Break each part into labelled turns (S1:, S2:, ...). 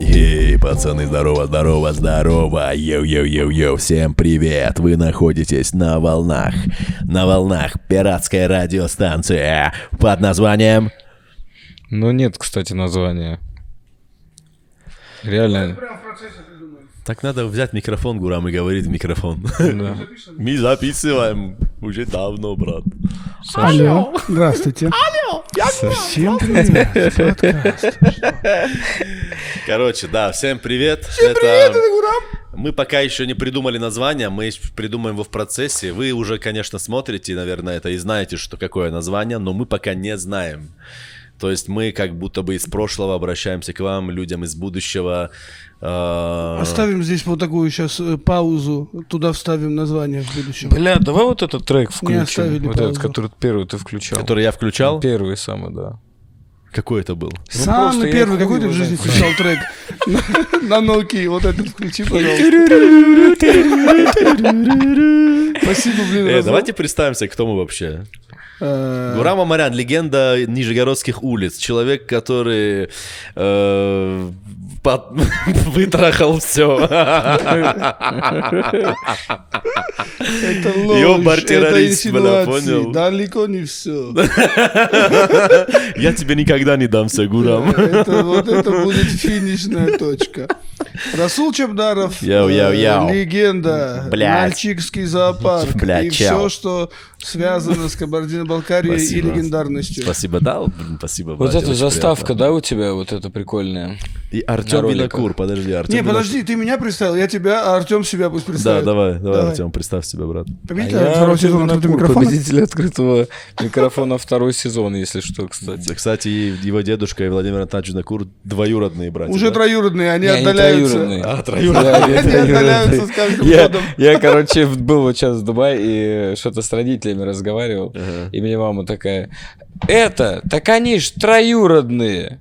S1: Ей, пацаны, здорово, здорово, здорово, йоу-йоу-йоу-йоу, всем привет, вы находитесь на волнах, на волнах пиратской радиостанции под названием...
S2: Ну нет, кстати, названия. Реально.
S1: Так надо взять микрофон, Гурам, и говорит в микрофон.
S2: Да.
S1: Мы записываем уже давно, брат.
S3: Алло, здравствуйте. Всем привет. Подкаст.
S1: Короче, да, всем привет. Всем привет, это Мы пока еще не придумали название, мы еще придумаем его в процессе. Вы уже, конечно, смотрите, наверное, это и знаете, что какое название, но мы пока не знаем. То есть мы как будто бы из прошлого обращаемся к вам, людям из будущего. Э,
S3: Оставим здесь вот такую сейчас паузу, туда вставим название в будущем.
S2: Бля, давай вот этот трек
S3: оставили
S2: включим. Вот этот,
S3: паузу.
S2: который первый ты включал.
S1: Который я включал?
S2: Первый самый, да.
S1: Какой это был?
S2: просто
S3: Самый
S2: я хуй
S3: первый, какой ты
S2: его
S3: в жизни
S2: знает.
S3: включал трек на Nokia, вот этот включи, пожалуйста. Спасибо, блин.
S1: Э,
S3: раз-
S1: давайте представимся, кто мы вообще.
S3: Э,
S1: Гурам Амарян, легенда нижегородских улиц. Человек, который э, под- вытрахал все.
S3: Это
S1: Его
S3: ложь, это
S1: бар-террорист, бля,
S3: инсинуации.
S1: понял?
S3: Далеко не все.
S1: Я тебе никогда не дамся, Гурам.
S3: Э, Это, вот это будет финишная точка. Расул Чебдаров,
S1: Яу, яу,
S3: э,
S1: яу.
S3: легенда,
S1: Блядь.
S3: Нальчикский зоопарк
S1: Блядь,
S3: и
S1: чао.
S3: все, что связано с Кабардино-Балкарией и
S1: Спасибо.
S3: легендарностью.
S1: Спасибо, да? блин, Спасибо,
S2: Вот
S1: Вадя,
S2: эта
S1: очень
S2: заставка,
S1: приятно.
S2: да, у тебя вот эта прикольная?
S1: И
S2: на
S1: Артем
S2: роликах.
S1: Винокур, подожди, Артем.
S3: Не, подожди, ты меня представил, я тебя, а Артем себя пусть
S1: Да,
S3: представит.
S1: давай, давай,
S3: Давай.
S1: Артем, представь себя, брат.
S3: Победитель
S2: А я
S3: второго
S2: Артём
S3: сезона открытого
S2: Винокур,
S3: микрофона.
S2: Победитель открытого микрофона второй сезон, если что, кстати.
S1: Да, Кстати, и его дедушка и Владимир Анатольевич Винокур двоюродные братья.
S3: Уже
S1: да?
S3: троюродные, они
S2: Я не
S3: отдаляются.
S2: троюродный.
S1: А,
S2: Я не
S3: Они
S2: троюродный.
S3: отдаляются с каждым
S2: Я,
S3: годом.
S2: я, короче, в- был вот сейчас в Дубае и что-то с родителями разговаривал. И мне мама такая, это, так они ж троюродные.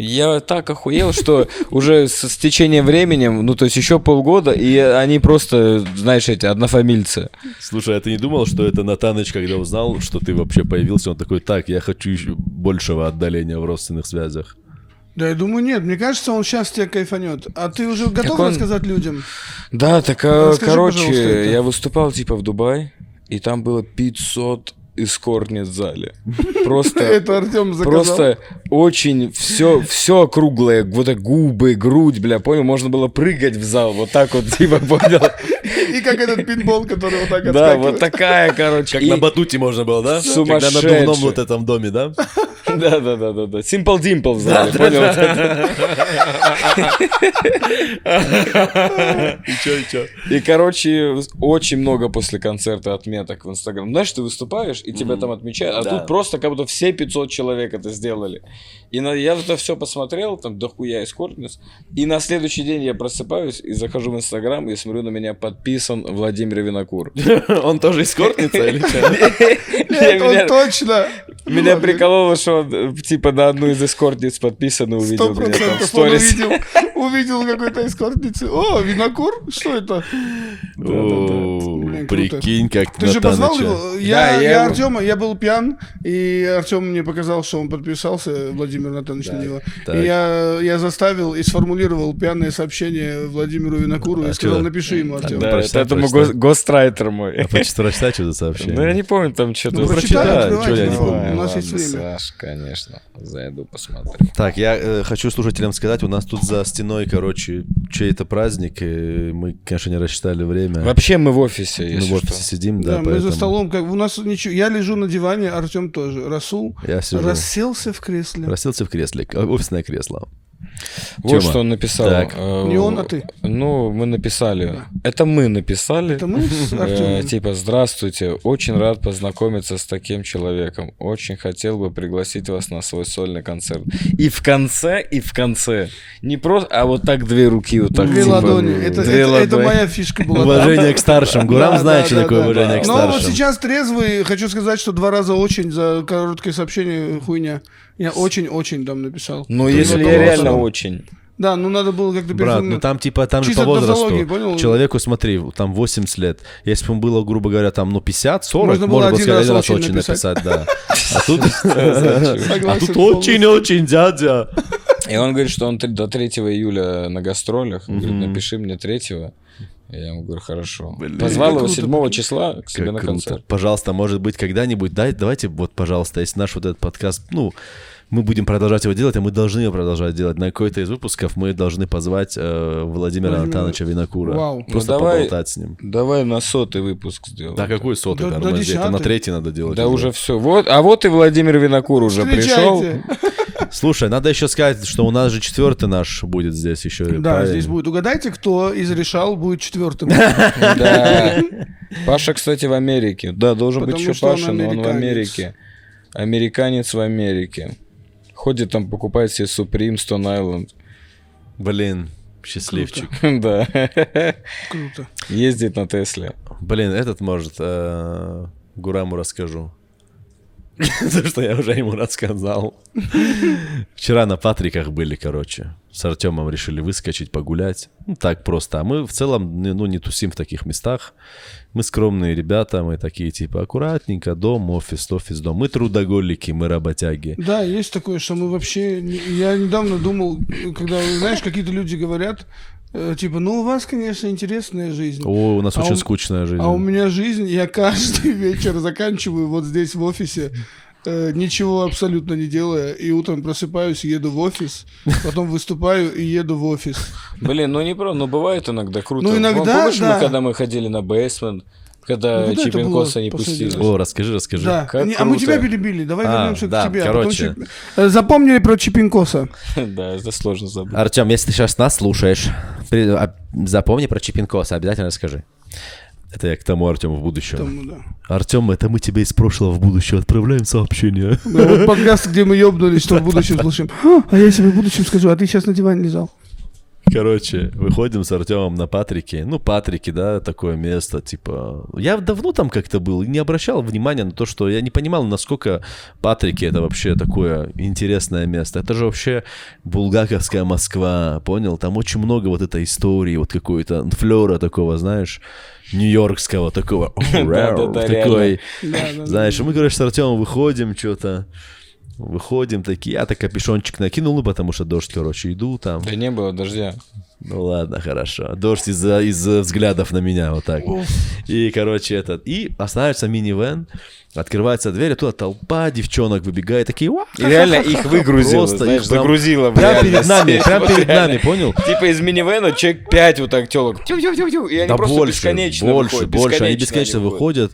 S2: Я так охуел, что уже с, с течением временем, ну то есть еще полгода, и они просто, знаешь, эти однофамильцы.
S1: Слушай, а ты не думал, что это Натаныч, когда узнал, что ты вообще появился, он такой, так, я хочу еще большего отдаления в родственных связях.
S3: Да, я думаю, нет, мне кажется, он сейчас тебя кайфанет. А ты уже готов
S2: он-
S3: рассказать людям?
S2: Да, так, а,
S3: Расскажи, Ну, пожалуйста,
S2: короче,
S3: это.
S2: я выступал типа в Дубае, и там было 500 эскортниц в зале. Просто
S3: Это Артем заказал.
S2: Э, Просто очень все, все округлое, вот это губы, грудь, бля, понял, можно было прыгать в зал, вот так вот, типа, понял.
S3: И как этот пинбол, который вот так
S2: Да,
S3: отскакивает.
S2: вот такая, короче.
S1: Как
S2: и-
S1: на батуте можно было, да? Как на
S2: Сумасшедший.
S1: надувном вот этом доме, да?
S2: Да, да, да, да, да. Simple Dimple в зале, понял. вот это.
S1: И чё, и чё?
S2: И, короче, очень много после концерта отметок в Инстаграм. Знаешь, ты выступаешь, и тебя там отмечают, а
S1: Да.
S2: тут просто как будто все 500 человек это сделали. И на- я это все посмотрел, там дохуя эскортниц. И на следующий день я просыпаюсь и захожу в Инстаграм, и смотрю, на меня подписан Владимир Винокур.
S1: Он тоже эскортница или что?
S3: Нет, он
S2: Меня
S3: точно.
S2: меня прикололо, что он э, типа на одну из эскортниц подписан и увидел
S3: Сто
S2: меня там в
S3: процентов он
S2: сторис.
S3: увидел, увидел какой-то эскортницы. О, винокур? Что это?
S1: О,
S3: Блин, круто.
S1: Прикинь, как
S3: Ты же позвал
S1: Натаныча.
S3: его?
S2: Да,
S3: Я,
S2: я
S3: я
S2: его-
S3: Артема, я был пьян, и Артем мне показал, что он подписался, Владимир Натанович на него.
S1: так.
S3: И я, я заставил и сформулировал пьяное сообщение Владимиру Винокуру
S1: А
S3: и сказал,
S1: чё?
S3: напиши ему, Артем.
S2: э, Да, это
S1: Прочитай,
S2: этому
S1: прочитай.
S2: го- гострайтер мой.
S1: Почти прочитай, что за сообщение.
S2: Ну, я не помню, там что-то...
S3: Ну,
S1: прочитай,
S3: открывайте,
S1: чё я не
S3: давай,
S1: помню.
S3: У нас есть время.
S2: Саш, конечно, зайду посмотрю.
S1: Так, я э, хочу слушателям сказать, у нас тут за стеной, короче, чей-то праздник, и мы, конечно, не рассчитали время.
S2: Вообще мы в офисе,
S1: мы
S2: если
S1: в офисе
S2: что.
S1: сидим, да,
S3: Да, мы за
S1: поэтому
S3: столом, как у нас ничего. Я лежу на диване, Артем тоже. Расул
S1: Я сижу.
S3: расселся в кресле.
S1: Расселся в кресле, к- офисное кресло.
S2: Вот
S1: Тёма.
S2: что он написал.
S1: Так.
S2: Э,
S3: Не он, а ты.
S2: Ну, мы написали. Это мы написали.
S3: Это мы с
S2: Э,
S3: Артемом.
S2: Типа, здравствуйте, очень рад познакомиться с таким человеком. Очень хотел бы пригласить вас на свой сольный концерт. И в конце, и в конце. Не просто, а вот так две руки вот так.
S3: Две
S2: типа,
S3: ладони. Это,
S2: две
S3: это- это
S2: ладони.
S3: моя фишка была.
S1: Уважение к старшим. Гурам
S3: Да,
S1: знает,
S3: да,
S1: что
S3: да,
S1: такое
S3: да,
S1: уважение к
S3: да. Но вот
S1: старшим.
S3: сейчас трезвый, хочу сказать, что два раза очень за короткое сообщение хуйня. Я очень-очень там написал.
S2: Ну,
S1: Ты
S2: если
S1: готов,
S2: я реально
S1: Антон?
S2: очень.
S3: Да, ну надо было как-то
S1: Брат,
S3: перезагрузить.
S1: ну там типа, там же
S3: Чисто
S1: по возрасту.
S3: тавтология, понял?
S1: Человеку, смотри, там 80 лет. Если бы ему было, грубо говоря, там, ну, 50, 40, можно,
S3: Можно было
S1: было
S3: один
S1: сказать,
S3: раз
S1: один раз
S3: «очень»
S1: очень
S3: написать.
S1: написать, да. А тут... А
S3: Согласен
S1: тут
S3: полностью.
S1: очень-очень, дядя.
S2: И он говорит, что он три- до 3 июля на гастролях. Он говорит, напиши мне 3. Я ему говорю, хорошо.
S1: Блин,
S2: Позвал
S3: как
S2: его
S3: круто,
S2: 7 числа к себе
S1: Как
S2: на
S1: круто.
S2: концерт.
S1: Пожалуйста, может быть, когда-нибудь, дай, давайте, вот, пожалуйста, если наш вот этот подкаст, ну, мы будем продолжать его делать, а мы должны его продолжать делать. На какой-то из выпусков мы должны позвать э, Владимира
S3: Владимир-
S1: Антоновича Винокура.
S3: Вау. Ну
S1: Просто
S2: давай.
S1: поболтать с ним.
S2: Давай на сотый выпуск сделаем.
S1: Да какой сотый,
S3: Да- да
S1: нормально, здесь это на
S3: десятый.
S1: третий надо делать.
S2: Да уже все. Вот, а вот и Владимир Винокур уже пришел.
S3: Встречайте.
S1: Слушай, надо еще сказать, что у нас же четвертый наш будет здесь еще.
S3: Да,
S1: правильно?
S3: здесь будет. Угадайте, кто из решал будет четвертым.
S2: Да. Паша, кстати, в Америке. Да, должен быть
S3: Потому
S2: еще
S3: что он
S2: Паша, но он в
S3: американец.
S2: Америке. Американец в Америке. Ходит там, покупает себе Supreme, Stone Island.
S1: Блин, счастливчик.
S2: Да.
S3: Круто.
S2: Ездит на Тесле.
S1: Блин, этот может э, Гураму расскажу. То, что я уже ему рассказал. Вчера на Патриках были, короче. С Артемом решили выскочить, погулять. Ну, так просто. А мы в целом, не- ну, не тусим в таких местах. Мы скромные ребята, мы такие, типа, аккуратненько, дом, офис, офис, дом. Мы трудоголики, мы работяги.
S3: Да, есть такое, что мы вообще... не- Я недавно думал, когда, знаешь, какие-то люди говорят, э, типа, ну, у вас, конечно, интересная жизнь.
S1: О, у нас
S3: А
S1: очень
S3: у-
S1: скучная жизнь.
S3: А у меня жизнь, я каждый вечер заканчиваю вот здесь в офисе, э, ничего абсолютно не делая, и утром просыпаюсь, еду в офис, потом выступаю и еду в офис.
S2: Блин, ну не про, но бывает иногда круто.
S3: Ну, иногда,
S2: Пом- Помнишь, мы
S3: да.
S2: когда мы ходили на бейсмент,
S3: Ну,
S2: когда
S3: когда это
S2: Чипенкоса
S3: было
S2: не
S3: последний
S2: пустили?
S3: раз?
S1: О, расскажи, расскажи.
S3: Да.
S2: как
S3: Не, а мы
S2: круто.
S3: тебя перебили, давай
S1: А,
S3: вернемся
S1: да,
S3: к тебе. а
S1: короче.
S3: потом Чип- Э, Запомнили про Чипинкоса.
S2: Да, это сложно забыть.
S1: Артем, если ты сейчас нас слушаешь, при- а, запомни про Чипинкоса, обязательно расскажи. Это я к тому Артему в будущем.
S3: Там, да.
S1: Артем, это мы тебе из прошлого в будущее отправляем сообщение.
S3: Да, Ну, вот подкаст, где мы ёбнулись, что в будущем слушаем. «А, А я себе в будущем скажу, а ты сейчас на диване лежал.
S1: Короче, выходим с Артемом на Патрике. Ну, Патрики, да, такое место, типа... Я давно там как-то был и не обращал внимания на то, что я не понимал, насколько Патрики это вообще такое интересное место. Это же вообще булгаковская Москва, понял? Там очень много вот этой истории, вот какой-то флера такого, знаешь, нью-йоркского такого.
S2: Да-да-да,
S1: Такой,
S3: Да, да, да.
S1: знаешь, и мы, короче, с Артемом выходим что-то. Выходим такие, я так капюшончик накинул, ну, потому что дождь, короче, иду там.
S2: Да не было дождя.
S1: Ну ладно, хорошо. Дождь из-за из взглядов на меня вот так. И, короче, этот. И останавливается минивэн, открывается дверь, оттуда толпа девчонок выбегает, такие... «Уа!»
S2: И реально их выгрузило,
S1: Просто
S2: знаешь,
S1: их прям-
S2: загрузило. в
S1: Прям перед
S2: реальность.
S1: нами, прям
S2: Вот
S1: перед
S2: реально.
S1: нами, понял?
S2: Типа из минивэна человек 5 вот так телок. И они
S1: да
S2: просто
S1: больше,
S2: бесконечно
S1: больше,
S2: выходят,
S1: больше, они бесконечно выходят.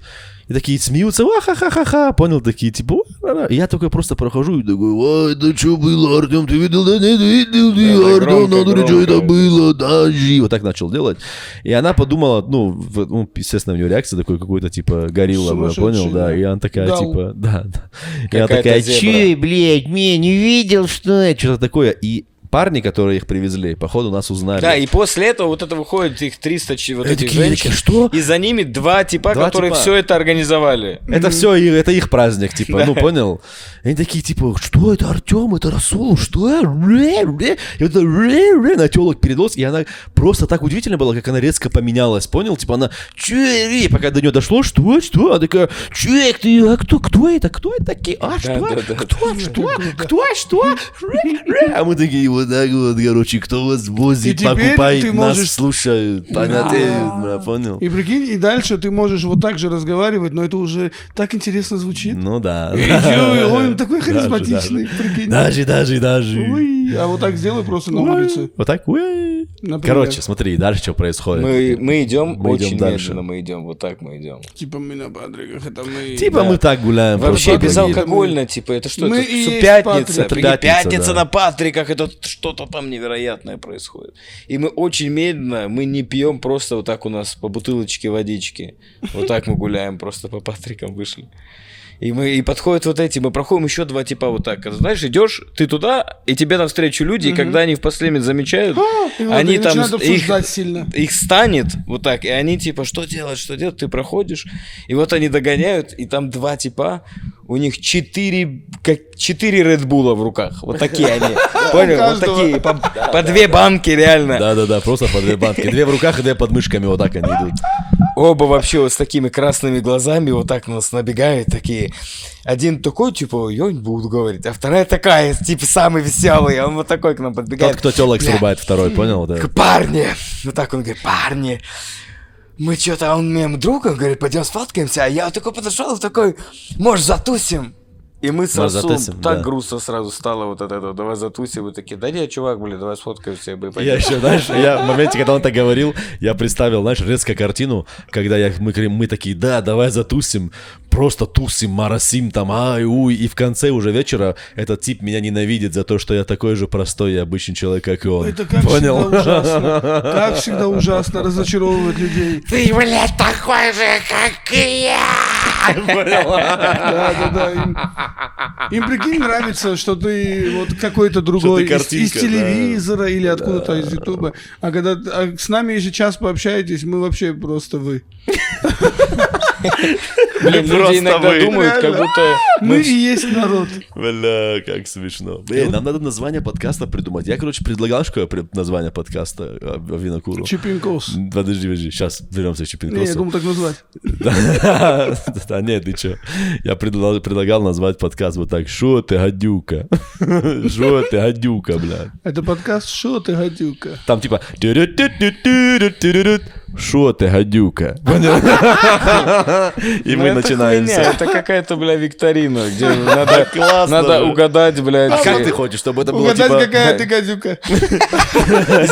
S1: И такие смеются, ха-ха-ха-ха, понял, такие, типа, «Ва-ра-ра». И я такой просто прохожу и такой, ой, да что было, Артем, ты видел, да нет, видел, ты,
S2: Да, да,
S1: Артем,
S2: громко,
S1: надо, говорить, что это
S2: громко.
S1: было, да, жи». вот так начал делать. И она подумала, ну, в- ну, естественно, у нее реакция такой какой-то, типа, горилла, была,
S3: Сумасшедший,
S1: понял, да,
S3: да.
S1: и она такая,
S3: Гал.
S1: типа, да, да. И она
S2: Какая-то
S1: такая,
S2: зебра.
S1: че, блядь, меня не видел, что это, что-то такое. И парни, которые их привезли, походу, нас узнали.
S2: Да, и после этого вот это выходит их 300 чи- вот
S1: Э,
S2: этих
S1: такие,
S2: женщин.
S1: такие, что?
S2: И за ними два типа,
S1: Два
S2: которые
S1: типа.
S2: все это организовали.
S1: Это все, это их праздник, типа, ну понял? И Они такие, типа, что это, Артем, это Расул, что? Ре, ре». И вот это ре, ре на телок передос, и она просто так удивительно была, как она резко поменялась, понял? Типа она, че, ре», пока до нее дошло, что, что? Она такая, че, ты, а кто, кто это, кто это такие, а, что,
S2: да, да.
S1: кто, что, кто, что? Ре, ре». А мы такие, вот так вот, короче, кто вас возит,
S3: теперь ты
S1: покупает, нас
S3: можешь-
S1: слушают, понятно, понял?
S3: И прикинь, и дальше ты можешь вот так же разговаривать, но это уже так интересно звучит.
S1: Ну да.
S3: И чё, он такой
S1: Даже, даже.
S3: харизматичный, прикинь.
S1: Даже, даже, даже.
S3: Ой, а вот так сделай просто на
S1: Ой.
S3: улице.
S1: Вот так. ой.
S3: Например.
S1: Короче, смотри, дальше что происходит.
S2: Мы, мы идем
S1: Мы идем
S2: очень
S1: дальше.
S2: медленно, мы идем, вот так мы идем.
S3: Типа мы на Патриках, это мы...
S1: Типа мы так гуляем.
S2: Вообще
S1: просто.
S2: безалкогольно, типа, это что?
S3: Мы
S2: это
S3: и
S2: су-
S3: есть
S2: пятница.
S3: Патрик.
S2: прикинь,
S1: Это пятница,
S2: пятница
S1: да.
S2: на Патриках, это что-то там невероятное происходит. И мы очень медленно, мы не пьем просто вот так у нас по бутылочке водички. Вот так мы гуляем, просто по Патрикам вышли. И мы и подходят вот эти, мы проходим еще два типа вот так. Знаешь, идешь ты туда, и тебе навстречу люди, и когда они в последний замечают,
S3: а, И вот
S2: они
S3: и
S2: там
S3: начинают
S2: с- их,
S3: обсуждать сильно.
S2: их станет вот так, и они типа, что делать, что делать, ты проходишь, и вот они догоняют, и там два типа,
S4: у них 4, как, 4 Red Bull в руках. Вот такие они. Понял? Вот
S3: каждого.
S4: такие. По, по две банки реально.
S1: Да-да-да, просто по две банки. Две в руках и две под мышками, вот так они идут.
S4: Оба вообще вот с такими красными глазами вот так на нас набегают такие. Один такой, типа, я не буду говорить. А вторая такая, типа, самый веселый. Он вот такой к нам
S1: Тот,
S4: подбегает.
S1: кто телок
S4: Бля,
S1: срубает второй, понял? Да.
S4: к парни. Вот так он говорит, парни, мы что-то, а он моим другом говорит, пойдем сфоткаемся, а я вот такой подошел, такой, может, затусим? И мы с
S1: Может,
S4: Расулом,
S1: затусим,
S4: так
S1: да.
S4: грустно сразу стало вот от этого, давай затусим, и такие, да нет, чувак, блин, давай сфоткаемся, и мы
S1: Я
S4: пойдем.
S1: еще, знаешь, я в моменте, когда он так говорил, я представил, знаешь, резко картину, когда я, мы, говорим, мы такие, да, давай затусим, просто тусим, моросим там, ай, уй, и в конце уже вечера этот тип меня ненавидит за то, что я такой же простой и обычный человек, как и он.
S3: Это как
S1: Понял?
S3: всегда ужасно. Как всегда ужасно разочаровывать людей.
S4: Ты, блядь, такой же, как и я!
S3: Да, да, да. Им, им, прикинь, нравится, что ты вот какой-то другой
S1: Что ты
S3: из, из
S1: картинка, да.
S3: телевизора или откуда-то из Ютуба. А когда а с нами еще час пообщаетесь, мы вообще просто вы.
S4: Блин, люди
S1: Просто
S4: иногда
S1: вы.
S4: думают, как
S3: Реально.
S4: будто...
S1: Ну,
S3: Мы и есть народ.
S1: Бля, как смешно. Блин, нам надо название подкаста придумать. Я, короче, предлагал, что я пред- название подкаста э, Винокуру.
S3: Чипинкос.
S1: Подожди, подожди, сейчас вернемся к
S3: Не, я
S1: Чипинкосу.
S3: думал так назвать.
S1: Да да нет, ты чё. Я предла- предлагал назвать подкаст вот так. Шо ты, гадюка? Шо ты, гадюка, бля?
S3: Это подкаст «Шо ты, гадюка?»
S1: Там типа... «Тю-рю-тю-тю-тю-рю-тю-рю-рю». Шо ты, гадюка? Понял? И мы
S4: Ну, это
S1: начинаем
S4: хуйня,
S1: все.
S4: Это какая-то, бля, викторина, где надо...
S1: классно
S4: Надо
S1: же.
S4: угадать, блядь.
S1: А как ты хочешь, чтобы это было
S3: Угадать,
S1: типа...
S3: какая ты гадюка.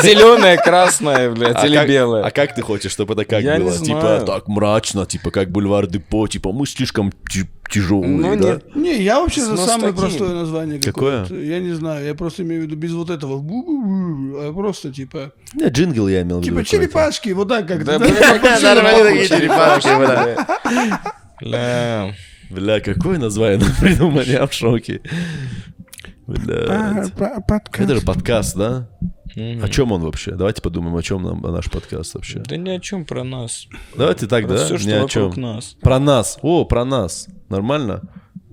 S4: Зеленая, красная, блядь,
S1: А
S4: или
S1: как,
S4: белая.
S1: а как ты хочешь, чтобы это как
S4: Я не
S1: было? Типа
S4: знаю.
S1: так мрачно, типа как бульвар Депо, типа мы слишком ти- тяжелые,
S4: Ну,
S1: да?
S4: нет.
S3: Не, я вообще за
S4: Ну, с
S3: самое
S4: таким.
S3: простое название
S1: Какое?
S3: какое-то. Я не знаю, я просто имею в виду без вот этого. бу-бу-бу, А просто типа...
S1: Не, джингл я имел в виду.
S3: Типа
S1: какой-то.
S3: черепашки, вот так как-то.
S4: Да,
S3: да?
S4: блядь,
S1: Нормально такие
S4: вообще
S1: черепашки,
S4: нахуй,
S1: бля.
S4: Бля.
S1: Бля, какое название нам придумали, я в шоке. Бля.
S3: А, про- подкаст.
S1: Это же подкаст, да? О чем он вообще? Давайте подумаем, о чем нам наш подкаст вообще.
S4: Да ни о чем про нас.
S1: Давайте так, да?
S4: все,
S1: Ни
S4: что
S1: о
S4: вокруг
S1: чем.
S4: нас.
S1: Про нас. О, про нас. Нормально?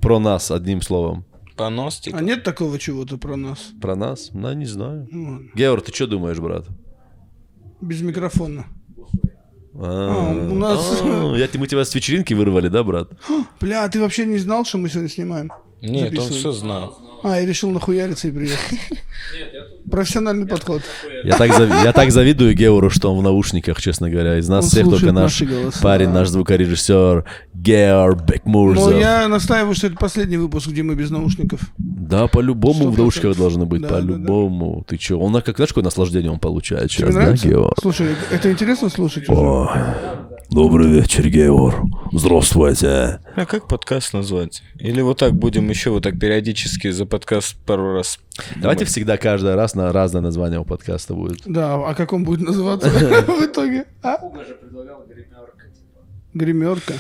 S1: Про нас, одним словом.
S4: Понос,
S3: А
S4: типа.
S3: нет такого чего-то про нас?
S1: Про нас? Ну, не знаю.
S3: Ну ладно.
S1: Геор, ты что думаешь, брат?
S3: Без микрофона.
S1: А,
S3: у нас-
S1: а, Я, мы тебя с вечеринки вырвали, да, брат?
S3: Бля, а ты вообще не знал, что мы сегодня снимаем?
S4: Нет, он
S3: А Записывай.
S4: все знал.
S3: А, я решил нахуяриться и приехал. Профессиональный подход.
S1: Я так, зави- я так завидую Геору, что он в наушниках, честно говоря. Из нас
S3: Он
S1: всех только
S3: слушает
S1: наш
S3: наши голоса.
S1: парень, наш звукорежиссер Геор
S3: Но
S1: Бекмурзов.
S3: Ну, я настаиваю, что это последний выпуск, где мы без наушников.
S1: Да, по-любому в
S3: 100%.
S1: наушниках должно быть,
S3: Да, да, да.
S1: по-любому. Ты чё, он а как, знаешь, какое наслаждение он получает
S3: Тебе
S1: сейчас, да,
S3: нравится?
S1: Геор?
S3: Слушай, это интересно слушать? уже?
S1: О, добрый вечер, Геор. Здравствуйте.
S4: А как подкаст назвать? Или вот так будем еще вот так периодически за подкаст пару раз.
S1: Давайте всегда каждый раз на разное название у подкаста будет.
S3: Да, а как он будет называться в итоге? А? Гримерка.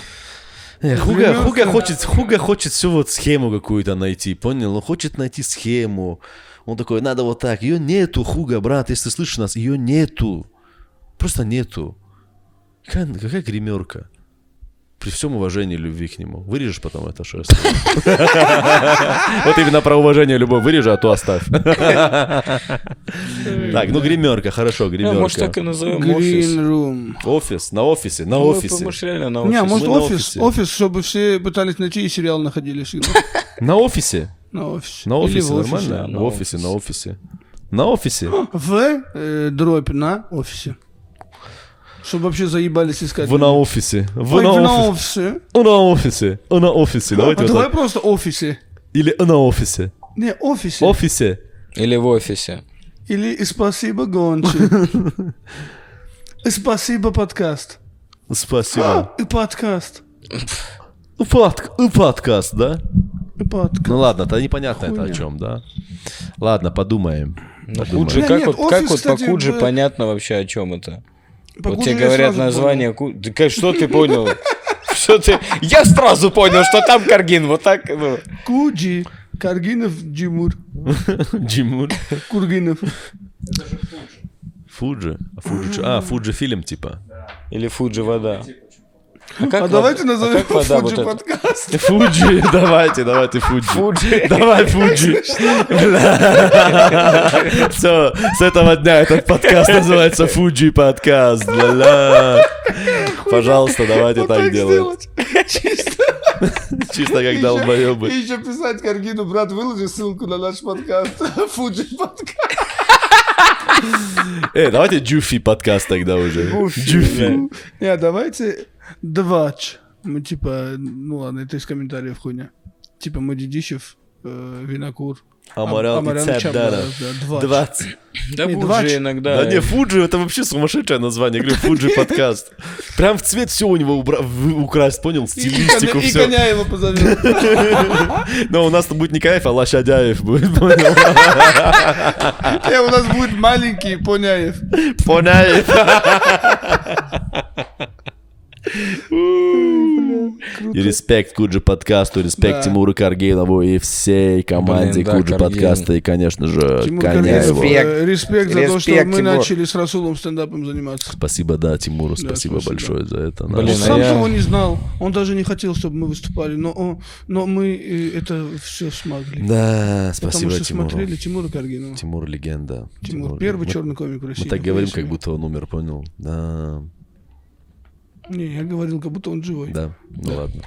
S1: Э, Хуга,
S3: Гримерка.
S1: Хуга хочет, Хуга хочет всю вот схему какую-то найти, понял? Он хочет найти схему. Он такой, надо вот так. Ее нету, Хуга, брат, если ты слышишь нас, ее нету. Просто нету. Какая, какая гримерка? При всем уважении и любви к нему. Вырежешь потом это шерсть. Вот именно про уважение и любовь вырежу, а то оставь. Так, ну гримерка, хорошо,
S4: Ну, может, так и
S1: гримерка.
S4: назовем офис.
S3: Гринрум.
S1: Офис, на офисе, на
S4: Ну,
S1: офисе.
S4: Может, реально на
S3: Не,
S4: офис.
S1: Мы
S3: может
S1: на
S3: офис,
S1: офисе.
S3: офис, чтобы все пытались найти и сериал находили всегда.
S1: На офисе?
S3: На офисе.
S1: На
S3: Или
S1: офисе
S3: в офисе.
S1: нормально?
S4: на
S1: в офисе, на офисе. На офисе.
S3: В э, дробь на офисе. Чтобы вообще заебались искать.
S1: В на офисе. В
S3: Ой,
S1: на
S3: в на
S1: офисе.
S3: офисе.
S1: У на офисе. У на офисе. Давайте
S3: А
S1: вот
S3: давай
S1: так.
S3: просто офисе.
S1: Или у на офисе.
S3: Не, офисе.
S1: Офисе.
S4: Или в офисе.
S3: Или спасибо, гончи. И Спасибо, подкаст. А,
S1: Спасибо.
S3: И подкаст.
S1: Упадк, подкаст, да?
S3: И подкаст.
S1: Ну ладно, то непонятно это о
S3: Хуйня.
S1: чем, да? Ладно, подумаем.
S4: Ну,
S1: Подумаем.
S4: Куджи,
S3: Да
S4: как
S3: нет,
S4: вот,
S3: офис,
S4: как вот по
S3: кстати,
S4: Куджи
S3: бы-
S4: понятно вообще, о чем это?
S3: По
S4: вот
S3: Гуглу
S4: тебе
S3: я
S4: говорят
S3: сразу
S4: название Ку... Да как, что ты понял? Что ты... Я сразу понял, что там Каргин, вот так, ну.
S3: понял. Куджи. Каргинов, Джимур.
S1: Джимур.
S3: Кургинов.
S1: Фуджи. А, Фуджи. А, Фуджи фильм, типа.
S4: Или Фуджи вода. А, как
S3: А
S4: вод-
S3: давайте назовем
S4: а как вода вот
S3: Фуджи
S4: эта?
S3: подкаст.
S1: Фуджи, давайте, давайте Фуджи.
S4: Фуджи.
S1: Давай Фуджи. Все, с этого дня этот подкаст называется Фуджи подкаст. Ла-ла. Пожалуйста, давайте
S3: Вот
S1: так
S3: так
S1: делаем.
S3: сделать. Чисто.
S1: Чисто как
S3: И
S1: долбоебы.
S3: еще- И еще писать Каргину, брат, выложи ссылку на наш подкаст. Фуджи подкаст.
S1: Эй, Э, давайте Джуфи подкаст тогда уже. Джуфи.
S3: Не, а давайте двач. Мы типа, ну ладно, это из комментариев хуйня. Типа Мадидищев, э, Винокур.
S1: Амарал и Цабдара.
S3: Чабдаров, да, двач.
S1: Двадцать.
S4: Да
S3: Не,
S4: Фуджи
S3: двадцать.
S4: иногда.
S1: Да не, Фуджи, это вообще сумасшедшее название. Я говорю, Фуджи подкаст. Прям в цвет все у него убра- в- украсть, понял?
S3: И,
S1: Стилистику,
S3: коня- и
S1: все.
S3: коня его позовем.
S1: Но Ну, у нас-то будет не Каев, а Лощадяев будет, понял?
S3: Э, у нас будет маленький Поняев.
S1: Понял? И респект Куджи подкасту, респект
S3: Да.
S1: Тимуру Каргинову и всей команде
S4: Блин, да,
S1: Куджи
S4: Каргин.
S1: подкаста и, конечно же,
S3: Тимур Каргинов,
S1: Коняеву.
S4: Респект.
S3: э, респект за то, что
S4: Респект,
S3: мы
S4: Тимур.
S3: начали с Расулом стендапом заниматься.
S1: Спасибо, да, Тимуру,
S3: Да,
S1: спасибо
S3: спасибо.
S1: большое за это.
S4: Блин,
S1: Да.
S3: Он
S4: а
S3: сам
S4: я-
S3: того не знал. Он даже не хотел, чтобы мы выступали. Но, он- но мы э, это все смогли.
S1: Да,
S3: Потому
S1: спасибо,
S3: что
S1: Тимуру.
S3: смотрели Тимура Каргинова. Тимур,
S1: Тимур легенда.
S3: первый
S1: мы-
S3: черный комик России.
S1: Мы так
S3: ну,
S1: говорим, как
S3: поясни.
S1: будто он умер, понял? Да,
S3: Не, я говорил, как будто он живой.
S1: да, ну ладно.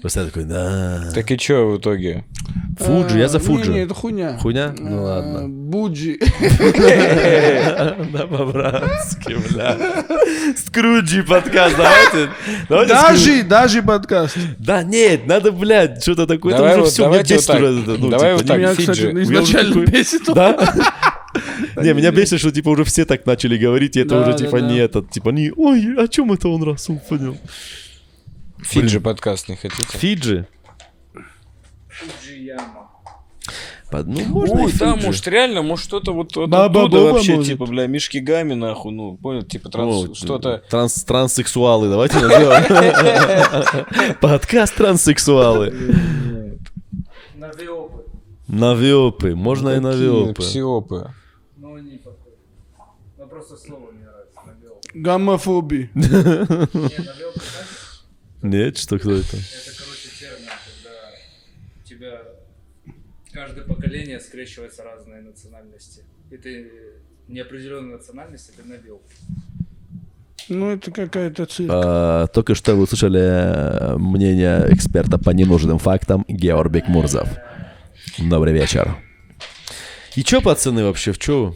S1: Просто я такой, да.
S4: Так и чё в итоге?
S1: Фуджи, я за
S3: А,
S1: Фуджи.
S3: Не, не, это хуйня.
S1: Хуйня?
S3: А,
S1: Ну ладно.
S3: Буджи.
S1: Да, по-братски, бля. Скруджи подкаст, давайте. давайте
S3: Даже, даже подкаст.
S1: Скруджи. Да нет, надо, блядь, что-то такое.
S4: Давай
S1: Там уже
S4: вот-
S1: все, мне
S4: давайте
S1: бесит
S4: вот так.
S1: уже. это, ну,
S4: Давай
S1: типа,
S4: вот так.
S3: Меня,
S4: Фиджи.
S3: кстати,
S4: Я
S3: изначально бесит. он.
S1: Да? Не, меня бесит, что типа уже все так начали говорить, и это
S3: Да,
S1: уже
S3: да,
S1: типа
S3: да.
S1: не этот, типа не, ой, о чем это он Расул понял?
S4: Фиджи подкаст не хотите?
S1: Фиджи? Под- Ну, можно
S4: Ой,
S1: и
S4: да,
S1: Фиджи.
S4: может, реально, может, что-то вот от-
S3: Баба
S4: оттуда
S3: Боба
S4: вообще,
S3: может.
S4: типа, бля, Мишки Гами, нахуй, ну, понял, типа, транс-
S1: Вот,
S4: что-то...
S1: транс- транссексуалы, давайте назовем. Подкаст транссексуалы.
S5: Навиопы,
S1: Навиопы, можно и
S4: Какие
S1: навиопы.
S4: Псиопы.
S5: но не такой. Ну просто слово мне нравится, навиопы.
S3: Гомофобии.
S5: Не, навиопы, знаешь,
S1: Нет, что кто это?
S5: это, короче, термин, когда у тебя каждое поколение скрещиваются разные национальности. И ты неопределенной национальности, ты навиоп.
S3: Ну, это какая-то цифра.
S1: А, Только что вы услышали э, мнение эксперта по ненужным фактам Георбик Мурзов. Добрый вечер. И чё, пацаны, вообще, в чё?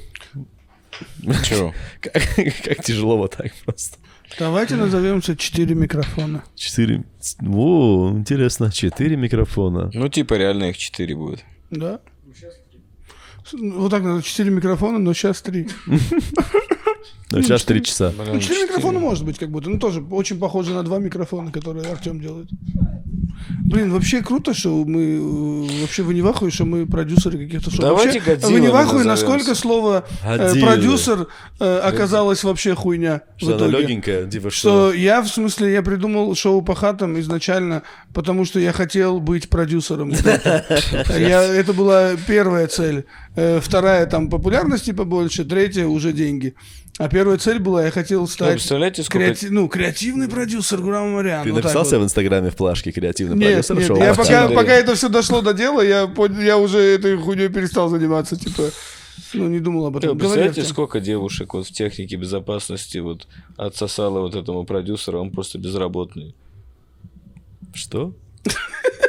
S4: Чё?
S1: Как, как тяжело вот так просто.
S3: Давайте назовемся четыре микрофона.
S1: Четыре... О, интересно, четыре микрофона.
S4: Ну, типа, реально их четыре будет.
S3: Да? С- ну, Вот так надо. Четыре микрофона, но сейчас три.
S1: Ну, сейчас три часа.
S4: Блин,
S3: Ну, четыре
S4: четыре.
S3: микрофона может быть как будто. Ну, тоже очень похоже на два микрофона, которые Артем делает. Блин, вообще круто, что мы... э, Вообще вы не в ахуе, что мы продюсеры каких-то шоу.
S4: Давайте
S3: Вообще,
S4: «Годзиллами»
S3: Вы не в ахуе,
S4: назовёмся.
S3: насколько слово э,
S1: «Годзиллы».
S3: продюсер э, оказалось вообще хуйня в
S1: Что она
S3: итоге.
S1: легенькая, типа что...
S3: Что я, в смысле, я придумал шоу по хатам изначально, потому что я хотел быть продюсером. Я- Это была первая цель. Э, Вторая, там, популярности побольше, третья, уже деньги. А первая цель была, я хотел
S4: Вы
S3: стать...
S4: Ну, представляете, сколько...
S3: креати- Ну, креативный продюсер Гурам Марьян.
S1: Ты
S3: вот так
S1: написал себя
S3: вот.
S1: в Инстаграме в плашке креативный
S3: ну Нет,
S1: продюсер
S3: нет,
S1: шоу?
S3: я
S1: «Аватар».
S3: пока,
S4: Аватар.
S3: пока это все дошло до дела, я, пон- я уже этой хуйней перестал заниматься, типа, ну, не думал об
S4: Вы
S3: этом. Говори,
S4: представляете,
S3: Артем.
S4: сколько девушек вот в технике безопасности вот отсосало вот этому продюсеру, он просто безработный.
S1: Что?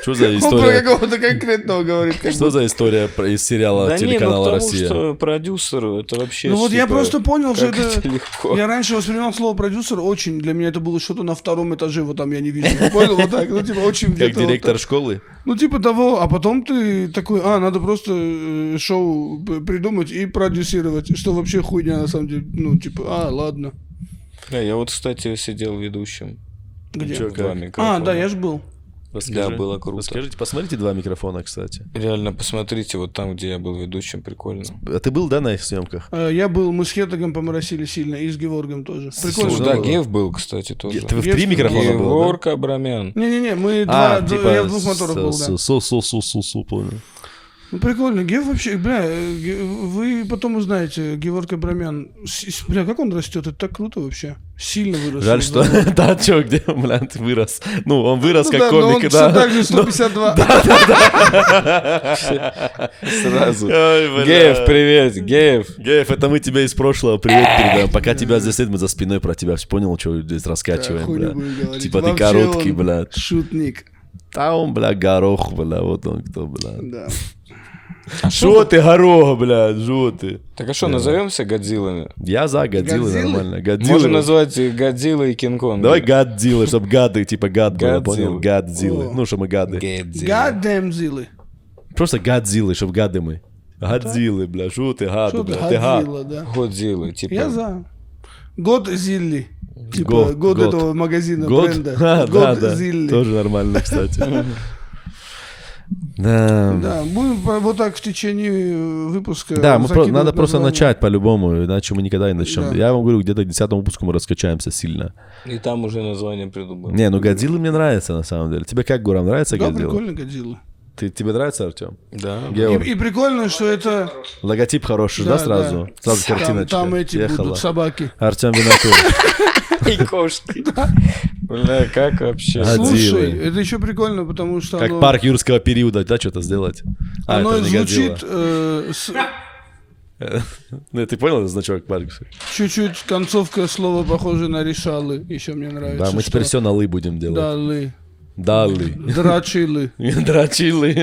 S1: Что за
S3: Он про
S1: история?
S3: какого-то конкретного говорит. как
S1: Что за история про- из сериала
S4: Да не, ну
S1: телеканала
S4: потому
S1: А, «Россия»?
S4: что продюсер, это вообще...
S3: Ну вот я
S4: типа,
S3: просто понял, что
S4: как
S3: это...
S4: это легко.
S3: Я раньше воспринимал слово продюсер очень, для меня это было что-то на втором этаже, вот там я не видел. Понял, вот так, ну типа очень
S1: Как
S3: где-то вот
S1: директор
S3: так.
S1: школы?
S3: Ну типа того, а потом ты такой, а, надо просто э, шоу п- придумать и продюсировать, что вообще хуйня на самом деле. Ну типа, а, ладно.
S4: Да, Э, я вот, кстати, сидел ведущим.
S3: Где?
S1: Чё,
S4: Два
S1: как?
S4: микрофона.
S3: А, да, я ж был.
S1: Расскажи.
S4: Да, было круто.
S1: Расскажите, посмотрите два микрофона, кстати.
S4: Реально, посмотрите, вот там, где я был ведущим, прикольно.
S1: А ты был, да, на их съемках?
S3: Э, Я был, мы с Хетагом поморосили сильно, и с Геворгом тоже.
S1: Слушай,
S3: Прикольно.
S4: да,
S1: было.
S4: Гев был, кстати, тоже.
S1: Ты в
S3: Есть
S1: три
S3: такое.
S1: микрофона был, да?
S4: Егорка Абрамян.
S3: Не-не-не, мы
S1: А,
S3: два,
S1: типа,
S3: я в двух моторах был, да.
S1: Су-су-су-су-су, понял.
S3: Ну, прикольно. Гев вообще, бля, э, Ге- вы потом узнаете, Геворг Абрамян. С- с- Бля, как он растет, это так круто вообще. Сильно вырос.
S1: Жаль,
S3: он,
S1: что...
S3: да.
S1: Да, чё, где, блядь, вырос. Ну, он вырос
S3: Ну
S1: как
S3: да, но он
S1: комик,
S3: всё
S1: да. Ну,
S3: так же 152.
S4: Сразу.
S1: Ой, бля.
S4: Геев, привет, Геев.
S1: Геев, это мы тебя из прошлого привет передаем. Пока тебя здесь нет, мы за спиной про тебя все понял, что здесь раскачиваем,
S3: Хуй не
S1: бля.
S3: буду говорить.
S1: Типа ты
S3: Вообще
S1: короткий,
S3: он
S1: бля.
S3: Шутник.
S1: Та он, бля, горох, бля, вот он кто, бля.
S3: Да.
S4: А
S1: Шо ты, горох, бля, шо ты?
S4: Так а что, назовемся Годзиллами?
S1: Я за Годзиллы
S3: Годзиллы?
S1: нормально. Годзиллы.
S4: Можно назвать и Годзилла и Кинг-Конг.
S1: Давай Годзиллы, чтобы гады, типа гад было, понял?
S4: Годзиллы.
S1: Годзиллы.
S3: О.
S1: Ну, что мы гады.
S4: Годзилла.
S3: Goddamn Зилы.
S1: Просто Годзиллы, чтобы гады мы. Годзиллы, бля, шо ты, гады,
S3: Что ты,
S1: бля, ты гад.
S3: Годзилла, да.
S4: Годзилла, типа.
S3: Я за. Год Зилли. Типа
S1: Год,
S3: год,
S1: год.
S3: этого магазина,
S1: Год?
S3: бренда.
S1: А, да,
S3: год
S1: да.
S3: Зилли.
S1: Тоже нормально, кстати. Да.
S3: Да, будем по- вот так в течение э, выпуска.
S1: Да, мы про-
S3: закидывать
S1: надо просто
S3: названия.
S1: начать по-любому, иначе мы никогда не начнем.
S3: Да.
S1: Я вам говорю, где-то к 10 выпуску мы раскачаемся сильно.
S4: И там уже название придумали.
S1: Не, ну Годзиллы мне нравится на самом деле. Тебе как, Гурам, нравится
S3: Да,
S1: Годзилла?
S3: прикольно Годзилла.
S1: Ты, тебе нравится, Артем?
S4: Да.
S3: И, и прикольно, что это...
S1: Логотип хороший, да,
S3: Да,
S1: сразу?
S3: да.
S1: Сразу
S3: Там,
S1: картиночка.
S3: там эти
S1: Ехала.
S3: будут собаки.
S1: Артем Винокур.
S4: И кошки. Бля, как вообще?
S1: А, Годзиллы.
S3: Слушай, это еще прикольно, потому что
S1: Как
S3: оно,
S1: парк юрского периода, да, что-то сделать? А,
S3: оно
S1: это не
S3: звучит
S1: Годзилла.
S3: э, с-
S1: Ну, ты понял значок парка?
S3: чуть-чуть концовка слова похоже на решалы. Еще мне нравится.
S1: Да, мы теперь
S3: что-
S1: все на лы будем делать.
S3: Далы,
S1: Дали.
S3: драчилы.
S1: Дрочилы.